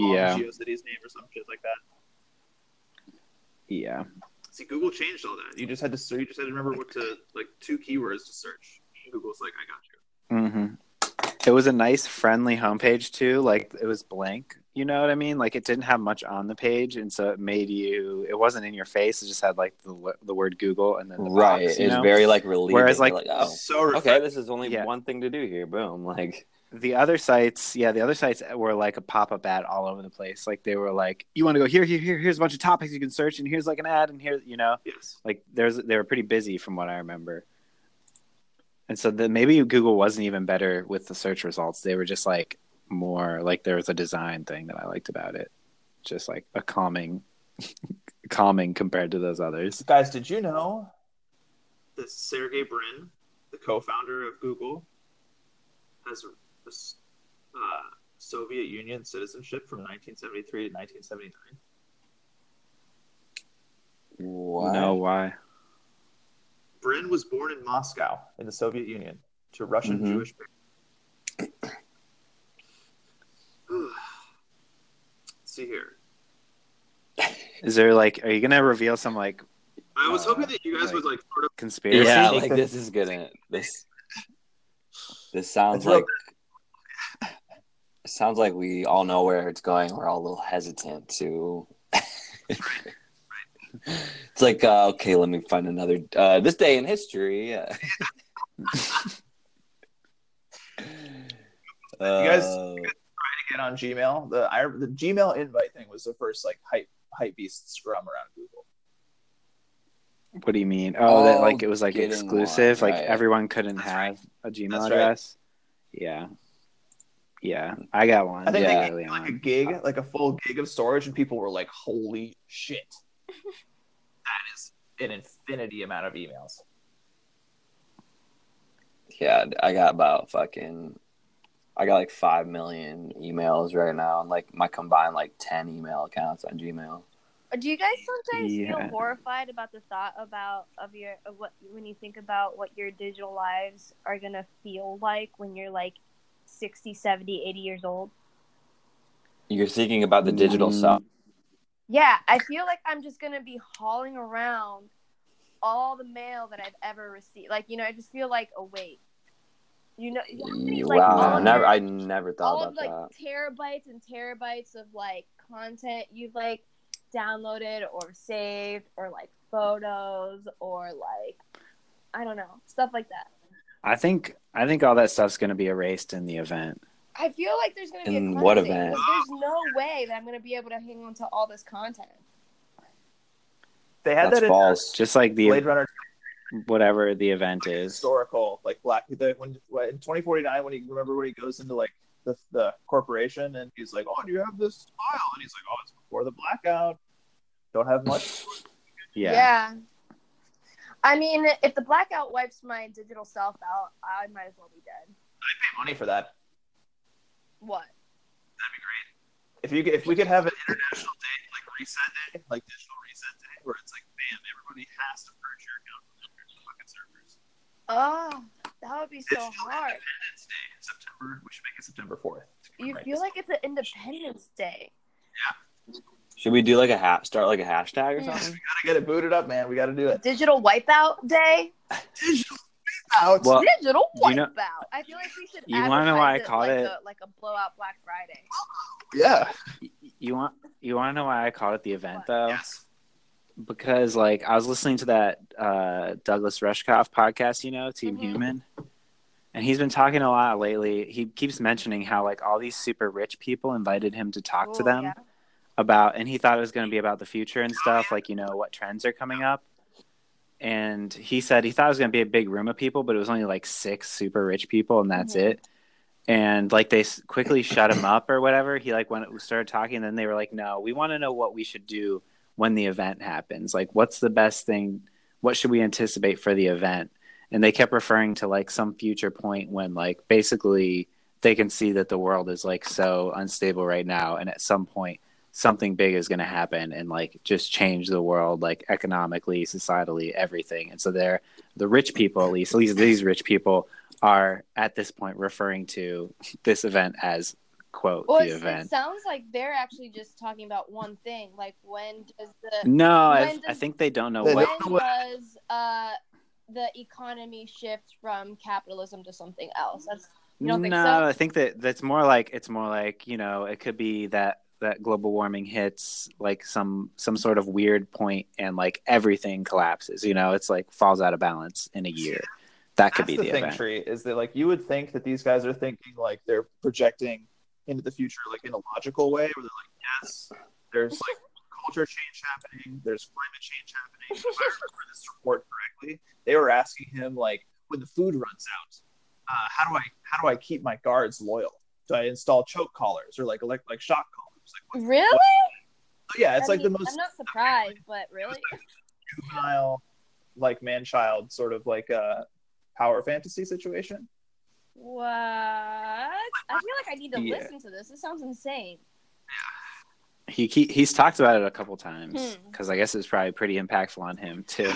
Speaker 4: all
Speaker 2: yeah,
Speaker 4: GeoCities name or some shit like that
Speaker 2: yeah.
Speaker 4: See, Google changed all that. You just had to so you just had to remember what to like two keywords to search. Google's like, I got you.
Speaker 2: Mm-hmm. It was a nice, friendly homepage too. Like it was blank. You know what I mean? Like it didn't have much on the page, and so it made you. It wasn't in your face. It just had like the wo- the word Google and then the
Speaker 5: right.
Speaker 2: Box,
Speaker 5: It's
Speaker 2: you know?
Speaker 5: very like relieving.
Speaker 2: Whereas,
Speaker 5: You're
Speaker 2: like,
Speaker 5: oh,
Speaker 4: So
Speaker 5: okay,
Speaker 4: refreshing.
Speaker 5: this is only
Speaker 2: Yeah.
Speaker 5: one thing to do here. Boom. Like,
Speaker 2: the other sites, yeah, the other sites were like a pop up ad all over the place. Like they were like, you want to go here, here, here. Here's a bunch of topics you can search, and here's like an ad, and here, you know,
Speaker 4: Yes.
Speaker 2: like there's they were pretty busy from what I remember. And so the, maybe Google wasn't even better with the search results. They were just like more like there was a design thing that I liked about it, just like a calming, calming compared to those others.
Speaker 4: Guys, did you know that Sergey Brin, the co-founder of Google, has a s- uh, Soviet Union citizenship from 1973 to 1979?
Speaker 5: what?
Speaker 2: No, why?
Speaker 4: Brin was born in Moscow in the Soviet Union to Russian
Speaker 5: Mhm.
Speaker 4: Jewish parents. See here.
Speaker 2: Is there like, are you gonna reveal some like
Speaker 4: I was
Speaker 2: Uh,
Speaker 4: hoping that you guys
Speaker 2: like-
Speaker 4: would like sort of
Speaker 2: conspiracy?
Speaker 5: Yeah,
Speaker 4: Seriously?
Speaker 5: like this is gonna this this
Speaker 4: It's
Speaker 5: sounds
Speaker 4: a little-
Speaker 5: like sounds like we all know where it's going. We're all a little hesitant to. it's like uh, okay, let me find another uh, this day in history. Uh,
Speaker 4: guys-
Speaker 5: Uh,
Speaker 4: get on Gmail. The I, the Gmail invite thing was the first like hype hype beast scrum around Google.
Speaker 2: What do you mean? Oh, that
Speaker 5: Oh,
Speaker 2: like it was like
Speaker 5: getting
Speaker 2: exclusive.
Speaker 5: one,
Speaker 2: Like
Speaker 5: right.
Speaker 2: everyone couldn't
Speaker 4: That's
Speaker 2: have
Speaker 4: right.
Speaker 2: a Gmail
Speaker 4: That's right.
Speaker 2: address. Yeah, yeah, I got one.
Speaker 4: I think
Speaker 5: Yeah.
Speaker 4: they gave
Speaker 2: early
Speaker 4: you, like a
Speaker 2: on.
Speaker 4: gig, like a full gig of storage, and people were like, "Holy shit, that is an infinity amount of emails."
Speaker 5: yeah, I got about fucking. I got like five million emails right now, and like my combined like ten email accounts on Gmail.
Speaker 3: Do you guys sometimes
Speaker 2: Yeah.
Speaker 3: feel horrified about the thought about of your of what when you think about what your digital lives are gonna feel like when you're like 60, 70, 80 years old?
Speaker 5: You're thinking about the digital
Speaker 2: Mm.
Speaker 5: stuff.
Speaker 3: Yeah, I feel like I'm just gonna be hauling around all the mail that I've ever received. Like you know, I just feel like a weight. You know, you know how many, like,
Speaker 5: wow,
Speaker 3: all
Speaker 5: I
Speaker 3: of
Speaker 5: never,
Speaker 3: your-
Speaker 5: I never
Speaker 3: all
Speaker 5: thought
Speaker 3: of
Speaker 5: about
Speaker 3: like
Speaker 5: that.
Speaker 3: terabytes and terabytes of like content you've like downloaded or saved or like photos or like I don't know stuff like that.
Speaker 2: I think I think all that stuff's gonna be erased in the event.
Speaker 3: I feel like there's gonna be a
Speaker 5: In
Speaker 3: cleansing
Speaker 5: what event?
Speaker 3: 'cause There's no way that I'm gonna be able to hang on to all this content.
Speaker 4: They had
Speaker 5: That's
Speaker 4: that in
Speaker 5: false.
Speaker 2: Just like the
Speaker 4: Blade Runner
Speaker 2: whatever the event is.
Speaker 4: historical, like black. The, when when- in 2049, when he remember when he goes into like the, the corporation and he's like, "Oh, do you have this file?" And he's like, "Oh, it's before the blackout. Don't have much."
Speaker 2: Yeah.
Speaker 3: I mean, if the blackout wipes my digital self out, I might as well be dead.
Speaker 4: Pay money for that.
Speaker 3: What?
Speaker 4: If you could- if we could have an international day, like reset day, like digital reset day, where it's like, bam, everybody has to purge your account from their fucking servers.
Speaker 3: Oh, that would be so
Speaker 4: Digital
Speaker 3: hard.
Speaker 4: Independence Day, September. We should make it September 4th.
Speaker 3: You
Speaker 4: Right.
Speaker 3: feel like it's an Independence Day.
Speaker 5: Should we do like a ha- start like a hashtag or
Speaker 3: Mm.
Speaker 5: something?
Speaker 4: gotta get it booted up, man. We gotta do it.
Speaker 3: Digital Wipeout Day.
Speaker 4: Digital out.
Speaker 2: Well,
Speaker 3: Digital
Speaker 2: you
Speaker 3: wipeout.
Speaker 2: know-
Speaker 3: I feel like we should.
Speaker 2: You wanna know why I
Speaker 3: advertise
Speaker 2: called
Speaker 3: like
Speaker 2: it-
Speaker 3: a, like a blowout Black Friday?
Speaker 4: yeah.
Speaker 2: Y- You want you want to know why I called it the event though?
Speaker 4: Yes.
Speaker 2: Because like I was listening to that uh, Douglas Rushkoff podcast, you know, Team
Speaker 3: Mhm.
Speaker 2: Human, and he's been talking a lot lately. He keeps mentioning how like all these super rich people invited him to talk to
Speaker 3: Ooh,
Speaker 2: them
Speaker 3: yeah.
Speaker 2: about and he thought it was going to be about the future and stuff like you know what trends are coming up and he said he thought it was going to be a big room of people but it was only like six super rich people and that's
Speaker 3: Mhm.
Speaker 2: it and like they s- quickly shut him up or whatever he like when it started talking then they were like no we want to know what we should do when the event happens like what's the best thing what should we anticipate for the event and they kept referring to like some future point when like basically they can see that the world is like so unstable right now and at some point something big is going to happen and like just change the world like economically societally everything and so they're the rich people at least at least these rich people are at this point referring to this event as quote
Speaker 3: Well,
Speaker 2: the
Speaker 3: it's- it
Speaker 2: event.
Speaker 3: sounds like they're actually just talking about one thing. Like when does the
Speaker 2: No, I,
Speaker 3: when
Speaker 2: I
Speaker 3: does-
Speaker 2: think they don't know
Speaker 4: They
Speaker 3: when
Speaker 2: what.
Speaker 4: don't know what-
Speaker 3: does uh the economy shift from capitalism to something else? That's You don't think
Speaker 2: no,
Speaker 3: so?
Speaker 2: I think that that's more like it's more like you know it could be that that global warming hits like some some sort of weird point and like everything collapses. You know, it's like falls out of balance in a year. That
Speaker 4: That's
Speaker 2: could be
Speaker 4: the,
Speaker 2: the,
Speaker 4: thing,
Speaker 2: event.
Speaker 4: Tree, is that like you would think that these guys are thinking like they're projecting into the future like in a logical way, where they're like, yes, there's like culture change happening, there's climate change happening. If I remember this report correctly, they were asking him like, when the food runs out, uh, how do I how do I keep my guards loyal? Do I install choke collars or like elect like shock collars? Like, what?
Speaker 3: really?
Speaker 4: So, yeah, it's
Speaker 3: I
Speaker 4: like the
Speaker 3: mean,
Speaker 4: most
Speaker 3: I'm not surprised, but really,
Speaker 4: juvenile, like man child sort of like uh, power fantasy situation.
Speaker 3: what? I feel like I need to
Speaker 2: Yeah.
Speaker 3: listen to this. This sounds insane.
Speaker 2: He, he he's talked about it a couple times
Speaker 3: Hmm.
Speaker 2: because I guess it's probably pretty impactful on him too.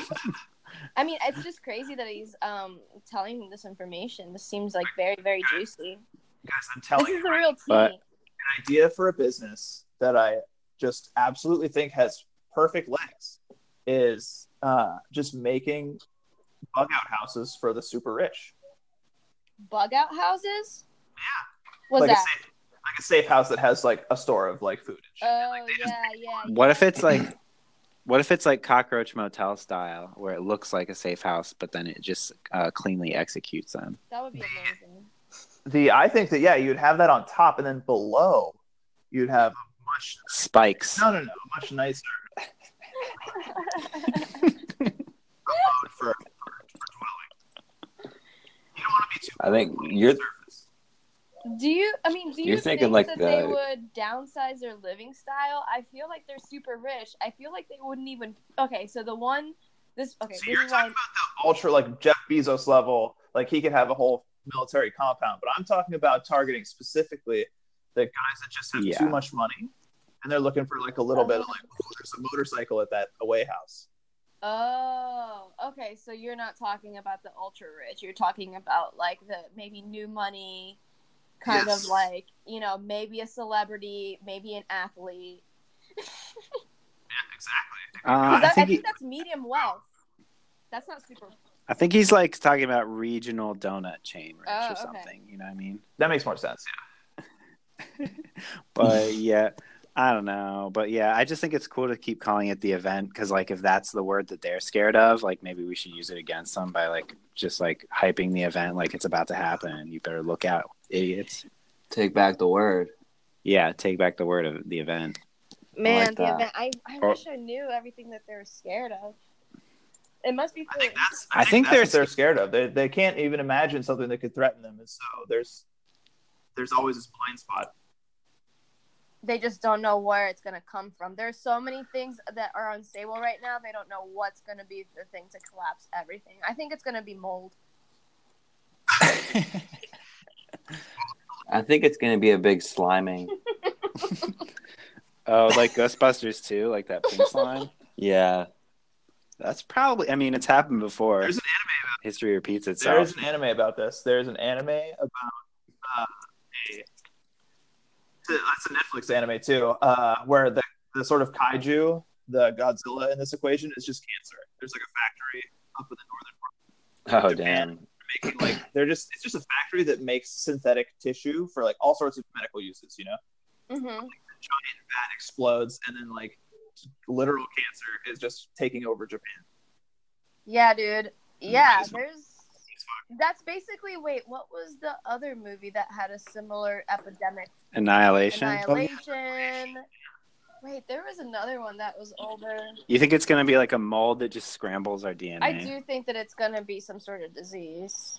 Speaker 3: I mean, it's just crazy that he's um telling me this information. This seems like very, very juicy.
Speaker 4: Guys, I'm
Speaker 3: This
Speaker 4: telling you.
Speaker 3: is the real tea.
Speaker 2: But-
Speaker 4: idea for a business that I just absolutely think has perfect legs is uh, just making bug out houses for the super rich.
Speaker 3: Bug out houses? Yeah. What's
Speaker 4: like
Speaker 3: that?
Speaker 4: a safe, like a safe house that has like a store of like food. And shit.
Speaker 3: Oh yeah, yeah.
Speaker 2: what if it's like, what if it's like cockroach motel style where it looks like a safe house, but then it just uh, cleanly executes them?
Speaker 3: that would be amazing.
Speaker 4: the I think that yeah, you'd have that on top, and then below you'd have a much
Speaker 2: Spikes.
Speaker 4: no no no a much nicer mode for, for, for dwelling. You don't want to be too.
Speaker 5: I think
Speaker 4: close to the
Speaker 5: you're-
Speaker 4: surface.
Speaker 3: Do you? I mean, do you
Speaker 5: You're
Speaker 3: think
Speaker 5: thinking, like,
Speaker 3: that they
Speaker 5: the-
Speaker 3: would downsize their living style? I feel like they're super rich. I feel like they wouldn't even. Okay, so the one, this okay,
Speaker 4: So
Speaker 3: this
Speaker 4: you're
Speaker 3: is why.
Speaker 4: talking ultra like Jeff Bezos level, like he could have a whole military compound. But I'm talking about targeting specifically the guys that just have
Speaker 2: Yeah.
Speaker 4: too much money and they're looking for like a little bit of like, oh, there's a motorcycle at that away house.
Speaker 3: Oh, okay. So you're not talking about the ultra rich. You're talking about like the maybe new money, kind
Speaker 4: Yes.
Speaker 3: of like you know maybe a celebrity, maybe an athlete.
Speaker 4: Yeah, exactly.
Speaker 2: Uh,
Speaker 3: 'Cause that-
Speaker 2: I think he-
Speaker 3: that's medium wealth. That's not super.
Speaker 2: I think he's like talking about regional donut chain rich
Speaker 3: Oh,
Speaker 2: or
Speaker 3: okay.
Speaker 2: something. You know what I mean?
Speaker 4: That makes more sense.
Speaker 2: But yeah, I don't know. But yeah, I just think it's cool to keep calling it the event because, like, if that's the word that they're scared of, like, maybe we should use it against them by like just like hyping the event like it's about to happen. You better look out, idiots.
Speaker 5: Take back the word.
Speaker 2: Yeah, take back the word of the event.
Speaker 3: Man,
Speaker 5: like
Speaker 3: the
Speaker 5: that.
Speaker 3: event. I, I
Speaker 2: Or-
Speaker 3: wish I knew everything that they're scared of. It must be
Speaker 4: I
Speaker 3: cool.
Speaker 4: think that's
Speaker 2: I think
Speaker 4: that's what
Speaker 2: there's-
Speaker 4: they're scared of. They they can't even imagine something that could threaten them. And so there's there's always this blind spot.
Speaker 3: They just don't know where it's gonna come from. There's so many things that are unstable right now. They don't know what's gonna be the thing to collapse everything. I think it's gonna be mold.
Speaker 5: I think it's gonna be a big sliming.
Speaker 2: Oh, like Ghostbusters too, like that pink slime.
Speaker 5: yeah.
Speaker 2: That's probably. I mean, it's happened before.
Speaker 4: There's an
Speaker 2: History repeats itself.
Speaker 4: There's an anime about this. There's an anime about uh, a. That's a Netflix anime too, uh, where the the sort of kaiju, the Godzilla in this equation is just cancer. There's like a factory up in the
Speaker 5: Oh
Speaker 4: Japan.
Speaker 5: damn.
Speaker 4: northern making like they're just it's just a factory that makes synthetic tissue for like all sorts of medical uses. You know,
Speaker 3: Mm-hmm.
Speaker 4: that explodes and then like literal cancer is just taking over Japan.
Speaker 3: Yeah, dude. Yeah,
Speaker 4: Amazing.
Speaker 3: there's.
Speaker 4: It's fine.
Speaker 3: That's basically. Wait, what was the other movie that had a similar epidemic?
Speaker 2: Annihilation.
Speaker 3: Annihilation. Wait, there was another one that was older.
Speaker 2: You think it's gonna be like a mold that just scrambles our DNA?
Speaker 3: I do think that it's gonna be some sort of disease.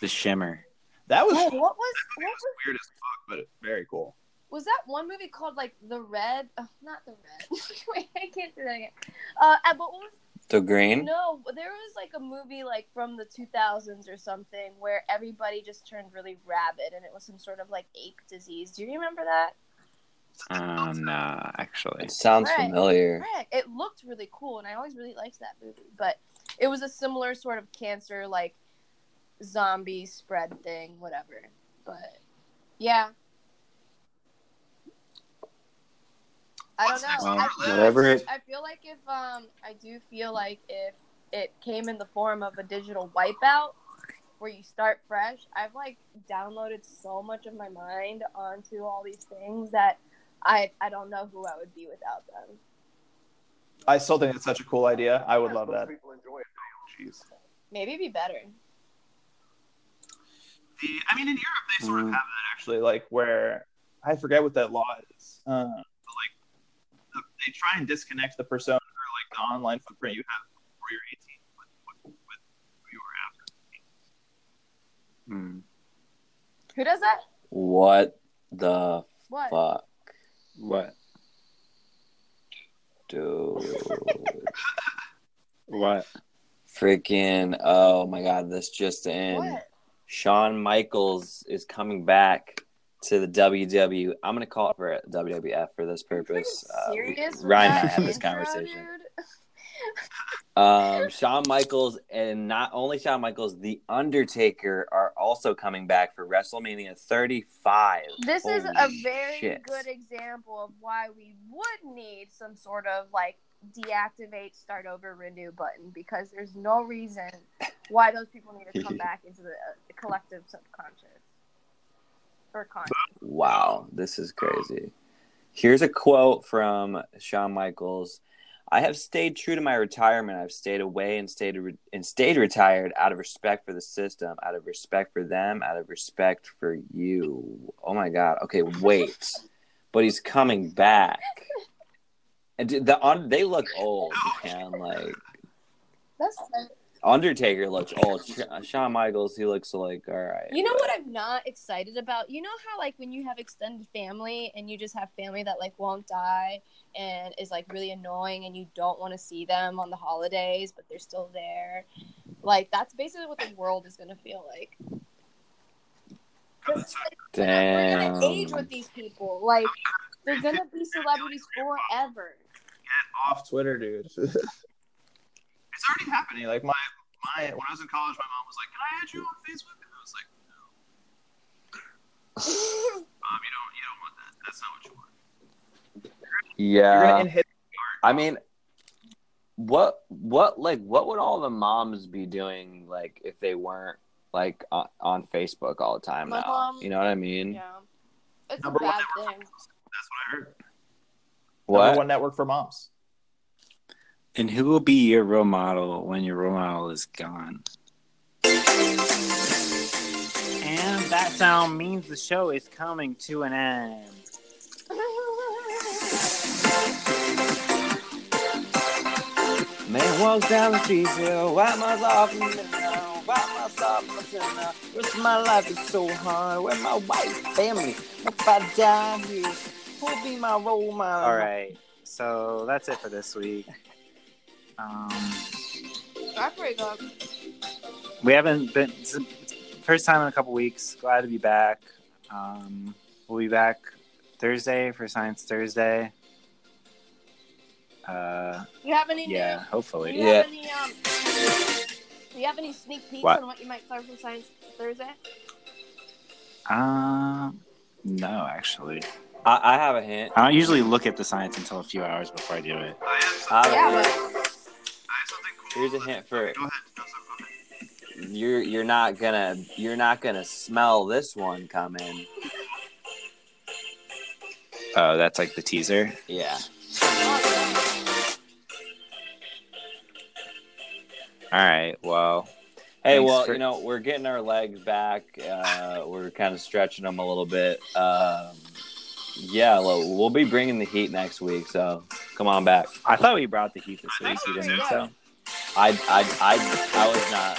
Speaker 2: The shimmer.
Speaker 4: That was
Speaker 3: Hey,
Speaker 4: that
Speaker 3: Oh, what was what was
Speaker 4: was weird as fuck, but very cool.
Speaker 3: was that one movie called like The Red? Oh, not The Red. Wait, I can't do that again. Uh, uh, but what was
Speaker 5: The green?
Speaker 3: no? There was like a movie like from the two thousands or something where everybody just turned really rabid, and it was some sort of like ape disease. Do you remember that?
Speaker 2: Oh no, actually.
Speaker 5: It sounds
Speaker 3: Right.
Speaker 5: familiar.
Speaker 3: Right. It looked really cool, and I always really liked that movie. But it was a similar sort of cancer, like zombie spread thing, whatever. But yeah. I don't know.
Speaker 5: Well,
Speaker 3: I feel
Speaker 5: whatever
Speaker 3: like,
Speaker 5: it-
Speaker 3: I feel like if um I do feel like if it came in the form of a digital wipeout where you start fresh, I've like downloaded so much of my mind onto all these things that I I don't know who I would be without them.
Speaker 4: I still think it's such a cool idea. I would love that. Jeez.
Speaker 3: Maybe it'd be better.
Speaker 4: The, I mean, in Europe they sort of
Speaker 5: Mm.
Speaker 4: have that actually, like where I forget what that law is, uh, but like the, they try and disconnect the persona or like the online footprint you have before you're 18 with, with, with who you are after.
Speaker 5: Hmm.
Speaker 3: Who does that?
Speaker 5: What the
Speaker 3: What?
Speaker 5: fuck,
Speaker 2: What?
Speaker 5: dude?
Speaker 2: What?
Speaker 5: Freaking! Oh my god, this just in.
Speaker 3: What?
Speaker 5: Shawn Michaels is coming back to the WWE. I'm gonna call it for WWF for this purpose. Uh,
Speaker 3: Freaking serious? with
Speaker 5: Ryan and I
Speaker 3: that
Speaker 5: had this
Speaker 3: intro,
Speaker 5: conversation.
Speaker 3: dude?
Speaker 5: Um, Shawn Michaels and not only Shawn Michaels, The Undertaker are also coming back for WrestleMania 35.
Speaker 3: This is
Speaker 5: Holy
Speaker 3: a very
Speaker 5: shit.
Speaker 3: good example of why we would need some sort of like deactivate, start over, renew button because there's no reason why those people need to come back into the, the collective subconscious or conscious.
Speaker 5: Wow, this is crazy. Here's a quote from Shawn Michaels. I have stayed true to my retirement. I've stayed away and stayed re- and stayed retired out of respect for the system, out of respect for them, out of respect for you. Oh my god. Okay, wait. but he's coming back. And dude, the on they look old, man. Like
Speaker 3: That's
Speaker 5: Undertaker looks old. Sh- Shawn Michaels, he looks like all right.
Speaker 3: you know what I'm not excited about. You know how like when you have extended family and you just have family that like won't die and is like really annoying and you don't want to see them on the holidays, but they're still there. Like that's basically what the world is gonna feel like. 'Cause, like, we're
Speaker 5: Damn.
Speaker 3: gonna age with these people. Like they're gonna be celebrities forever.
Speaker 4: Off Twitter, dude. it's already happening. Like my my when I was in college, my mom was like, "Can I add you on Facebook?" And I was like, "No, mom, you don't you don't want that. That's not what you want." You're
Speaker 5: yeah.
Speaker 4: gonna inhibit
Speaker 5: I mean, what what like what would all the moms be doing like if they weren't like on, on Facebook all the time
Speaker 3: My
Speaker 5: now?
Speaker 3: mom-
Speaker 5: you know what I mean?
Speaker 3: Yeah. It's
Speaker 4: Number
Speaker 3: a
Speaker 4: one,
Speaker 3: bad thing.
Speaker 4: That's what I heard. Number
Speaker 5: What?
Speaker 4: one network for moms.
Speaker 2: And who will be your role model when your role model is gone? And that sound means the show is coming to an end.
Speaker 5: Man walks down the street, so why myself in the town, why myself in the town. Rest of my life is so hard. Where my wife, family? If I die here, who'll be my role
Speaker 3: Uh,
Speaker 5: model?
Speaker 2: All right. So that's it for this week. Um,
Speaker 3: I probably go
Speaker 2: we haven't been it's the first time in a couple weeks glad to be back um, we'll be back thursday for science thursday uh,
Speaker 3: You have any
Speaker 2: yeah
Speaker 3: news? Do
Speaker 2: hopefully
Speaker 3: you
Speaker 5: Yeah.
Speaker 3: have any um, do you have any sneak peeks
Speaker 2: What?
Speaker 3: on what you might cover for Science Thursday?
Speaker 2: um, no actually
Speaker 5: I, I have a hint.
Speaker 2: i don't usually look at the science until a few hours before i do it
Speaker 4: I have, some,
Speaker 5: I have a
Speaker 3: Yeah,
Speaker 5: hint.
Speaker 3: but
Speaker 4: I have something cool.
Speaker 5: Here's a hint for
Speaker 4: Go ahead. No, sorry, go ahead.
Speaker 5: you're you're not gonna you're not gonna smell this one coming.
Speaker 2: oh that's like the teaser
Speaker 5: Yeah.
Speaker 2: all right well
Speaker 5: Hey,
Speaker 2: Thanks
Speaker 5: well,
Speaker 2: for-
Speaker 5: you know, we're getting our legs back. Uh, we're kind of stretching them a little bit. Um, yeah, well, we'll be bringing the heat next week, so come on back.
Speaker 2: i thought we brought the heat this
Speaker 4: I
Speaker 2: week
Speaker 4: think
Speaker 2: you
Speaker 4: so,
Speaker 2: didn't
Speaker 4: too.
Speaker 2: so
Speaker 5: I, I, I, I was not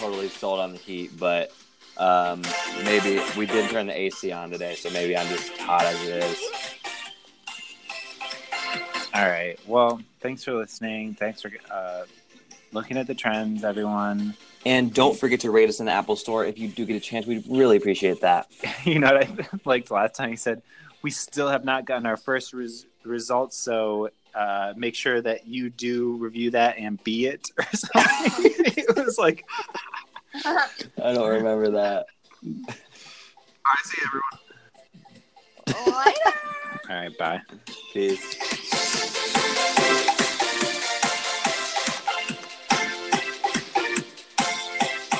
Speaker 5: totally sold on the heat, but um, maybe we did turn the AC on today, so maybe I'm just hot as it is.
Speaker 2: All right. Well, thanks for listening. Thanks for uh, looking at the trends, everyone.
Speaker 5: And don't forget to rate us in the Apple Store if you do get a chance. We'd really appreciate that.
Speaker 2: you know what I liked last time? He said, We still have not gotten our first res- results. So uh, make sure that you do review that and be it or something. it was like,
Speaker 5: I don't remember that.
Speaker 4: I see everyone.
Speaker 8: Later.
Speaker 2: All right, bye.
Speaker 5: Peace.
Speaker 9: Thank